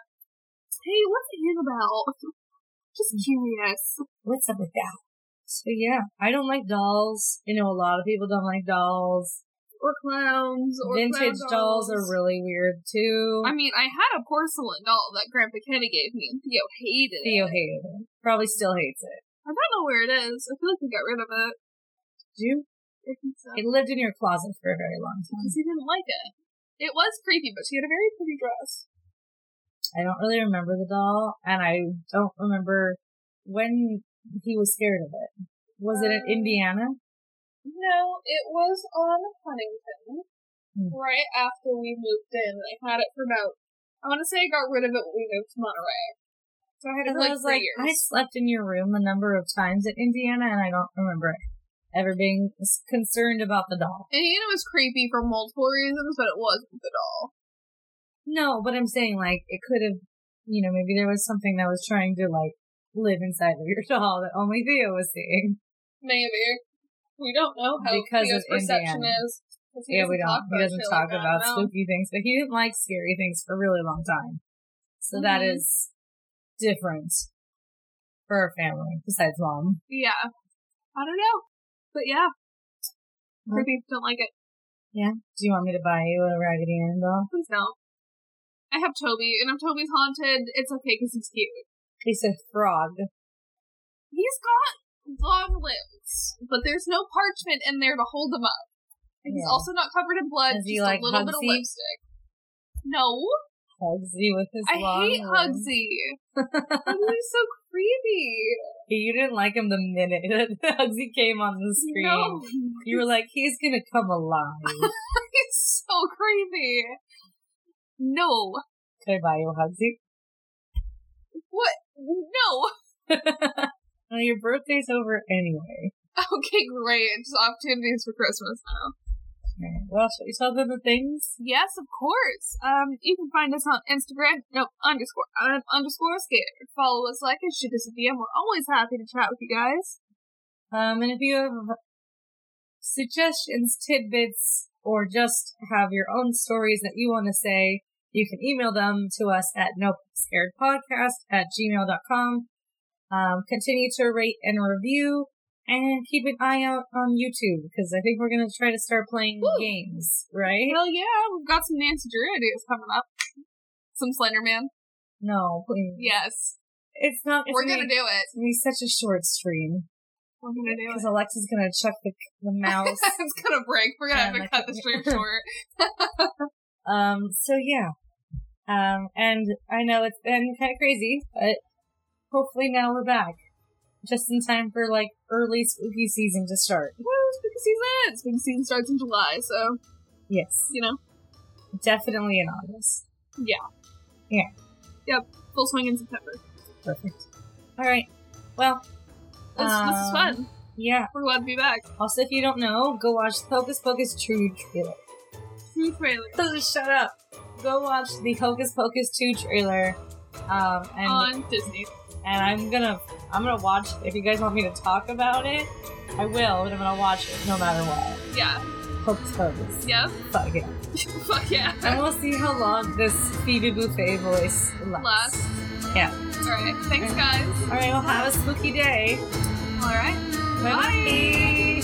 Speaker 2: Hey, what's Annabelle? Just curious.
Speaker 1: What's up with that? So yeah, I don't like dolls. You know, a lot of people don't like dolls.
Speaker 2: Or clowns. Or
Speaker 1: Vintage
Speaker 2: clown dolls
Speaker 1: dolls. are really weird too.
Speaker 2: I mean, I had a porcelain doll that Grandpa Kenny gave me, and Theo hated
Speaker 1: Theo
Speaker 2: it.
Speaker 1: hated it. Probably still hates it.
Speaker 2: I don't know where it is. I feel like we got rid of it.
Speaker 1: Do you?
Speaker 2: I think so.
Speaker 1: It lived in your closet for a very long time.
Speaker 2: Because he didn't like it. It was creepy, but she had a very pretty dress.
Speaker 1: I don't really remember the doll, and I don't remember when he was scared of it. Was it in
Speaker 2: Um,
Speaker 1: Indiana?
Speaker 2: No, it was on Huntington,
Speaker 1: Hmm.
Speaker 2: right after we moved in. I had it for about, I want to say I got rid of it when we moved to Monterey. So I had it
Speaker 1: Because
Speaker 2: for
Speaker 1: I
Speaker 2: like
Speaker 1: was
Speaker 2: three
Speaker 1: like, I
Speaker 2: years.
Speaker 1: slept in your room a number of times in Indiana, and I don't remember ever being s- concerned about the doll.
Speaker 2: And you know, it was creepy for multiple reasons, but it wasn't the doll.
Speaker 1: No, but I'm saying like it could have, you know, maybe there was something that was trying to like live inside of your doll that only Theo was seeing.
Speaker 2: Maybe. We don't know how
Speaker 1: Because
Speaker 2: Theo's
Speaker 1: of
Speaker 2: perception
Speaker 1: Indiana.
Speaker 2: is. 'cause he
Speaker 1: yeah,
Speaker 2: doesn't
Speaker 1: we don't.
Speaker 2: talk
Speaker 1: He doesn't
Speaker 2: shit like
Speaker 1: talk
Speaker 2: that,
Speaker 1: about
Speaker 2: no.
Speaker 1: spooky things, but he didn't like scary things for a really long time. So that
Speaker 2: Mhm.
Speaker 1: is different for our family besides mom.
Speaker 2: Yeah. I don't know. But yeah.
Speaker 1: Hmm.
Speaker 2: Creepy. Don't like it.
Speaker 1: Do you want me to buy you a Raggedy Ann doll?
Speaker 2: Please don't. I have Toby, and if Toby's haunted, it's okay because he's cute.
Speaker 1: It's a frog.
Speaker 2: He's got long limbs, but there's no parchment in there to hold him up. And he's
Speaker 1: Yeah.
Speaker 2: also not covered in blood,
Speaker 1: Is he,
Speaker 2: just
Speaker 1: like,
Speaker 2: a little bit of
Speaker 1: Hugsy?
Speaker 2: lipstick. No,
Speaker 1: Hugsy with his
Speaker 2: I
Speaker 1: long
Speaker 2: hate
Speaker 1: legs.
Speaker 2: Hugsy. He's so creepy.
Speaker 1: You didn't like him the minute that Hugsy came on the screen.
Speaker 2: No,
Speaker 1: You were like, he's gonna come alive.
Speaker 2: he's so creepy. No,
Speaker 1: Could I buy you a Hugsy?
Speaker 2: what? No.
Speaker 1: Well, your birthday's over anyway.
Speaker 2: Okay, great. Just opportunities for Christmas now.
Speaker 1: Alright, Well, shall we tell them the things?
Speaker 2: Yes, of course. Um, you can find us on Instagram. No, underscore uh, underscore skater. Follow us, like us, shoot us a DM. We're always happy to chat with you guys.
Speaker 1: Um, and if you have suggestions, tidbits, or just have your own stories that you want to say, you can email them to us at nopescaredpodcast at gmail.com. Um, continue to rate and review and keep an eye out on YouTube because I think we're going to try to start playing
Speaker 2: Woo.
Speaker 1: games, right?
Speaker 2: Hell yeah, we've got some Nancy Drew ideas coming up. Some Slender Man.
Speaker 1: No, please.
Speaker 2: Yes,
Speaker 1: It's not, it's
Speaker 2: we're
Speaker 1: gonna
Speaker 2: gonna
Speaker 1: be-
Speaker 2: do it.
Speaker 1: it's gonna be such a short stream
Speaker 2: We're gonna do
Speaker 1: because
Speaker 2: it.
Speaker 1: Alexa's gonna chuck the, the mouse.
Speaker 2: it's gonna break. We're gonna have
Speaker 1: Um,
Speaker 2: to
Speaker 1: I
Speaker 2: cut the
Speaker 1: couldn't-
Speaker 2: stream short.
Speaker 1: um, so yeah, Um, and I know it's been kind of crazy, but hopefully now we're back just in time for like early spooky season to start.
Speaker 2: Woo, spooky season! Spooky season starts in July, so,
Speaker 1: Yes,
Speaker 2: you know,
Speaker 1: definitely in August.
Speaker 2: full swing in September.
Speaker 1: Perfect. All right. Well,
Speaker 2: This, this is
Speaker 1: Um,
Speaker 2: fun.
Speaker 1: yeah.
Speaker 2: We're glad to be back.
Speaker 1: Also, if you don't know, go watch the Hocus Pocus True trailer.
Speaker 2: True trailer.
Speaker 1: Shut up. Go watch the Hocus Pocus 2 trailer. Um, and
Speaker 2: on Disney.
Speaker 1: and I'm gonna I'm gonna watch. If you guys want me to talk about it, I will. But I'm gonna watch it no matter what.
Speaker 2: Yeah.
Speaker 1: Hocus Pocus.
Speaker 2: Yep.
Speaker 1: Fuck it.
Speaker 2: Fuck yeah.
Speaker 1: And we'll see how long this Phoebe Buffet voice lasts.
Speaker 2: Last.
Speaker 1: Yeah.
Speaker 2: Alright. Thanks, guys.
Speaker 1: All right. Well, have a spooky day.
Speaker 2: Alright.
Speaker 1: Bye-bye.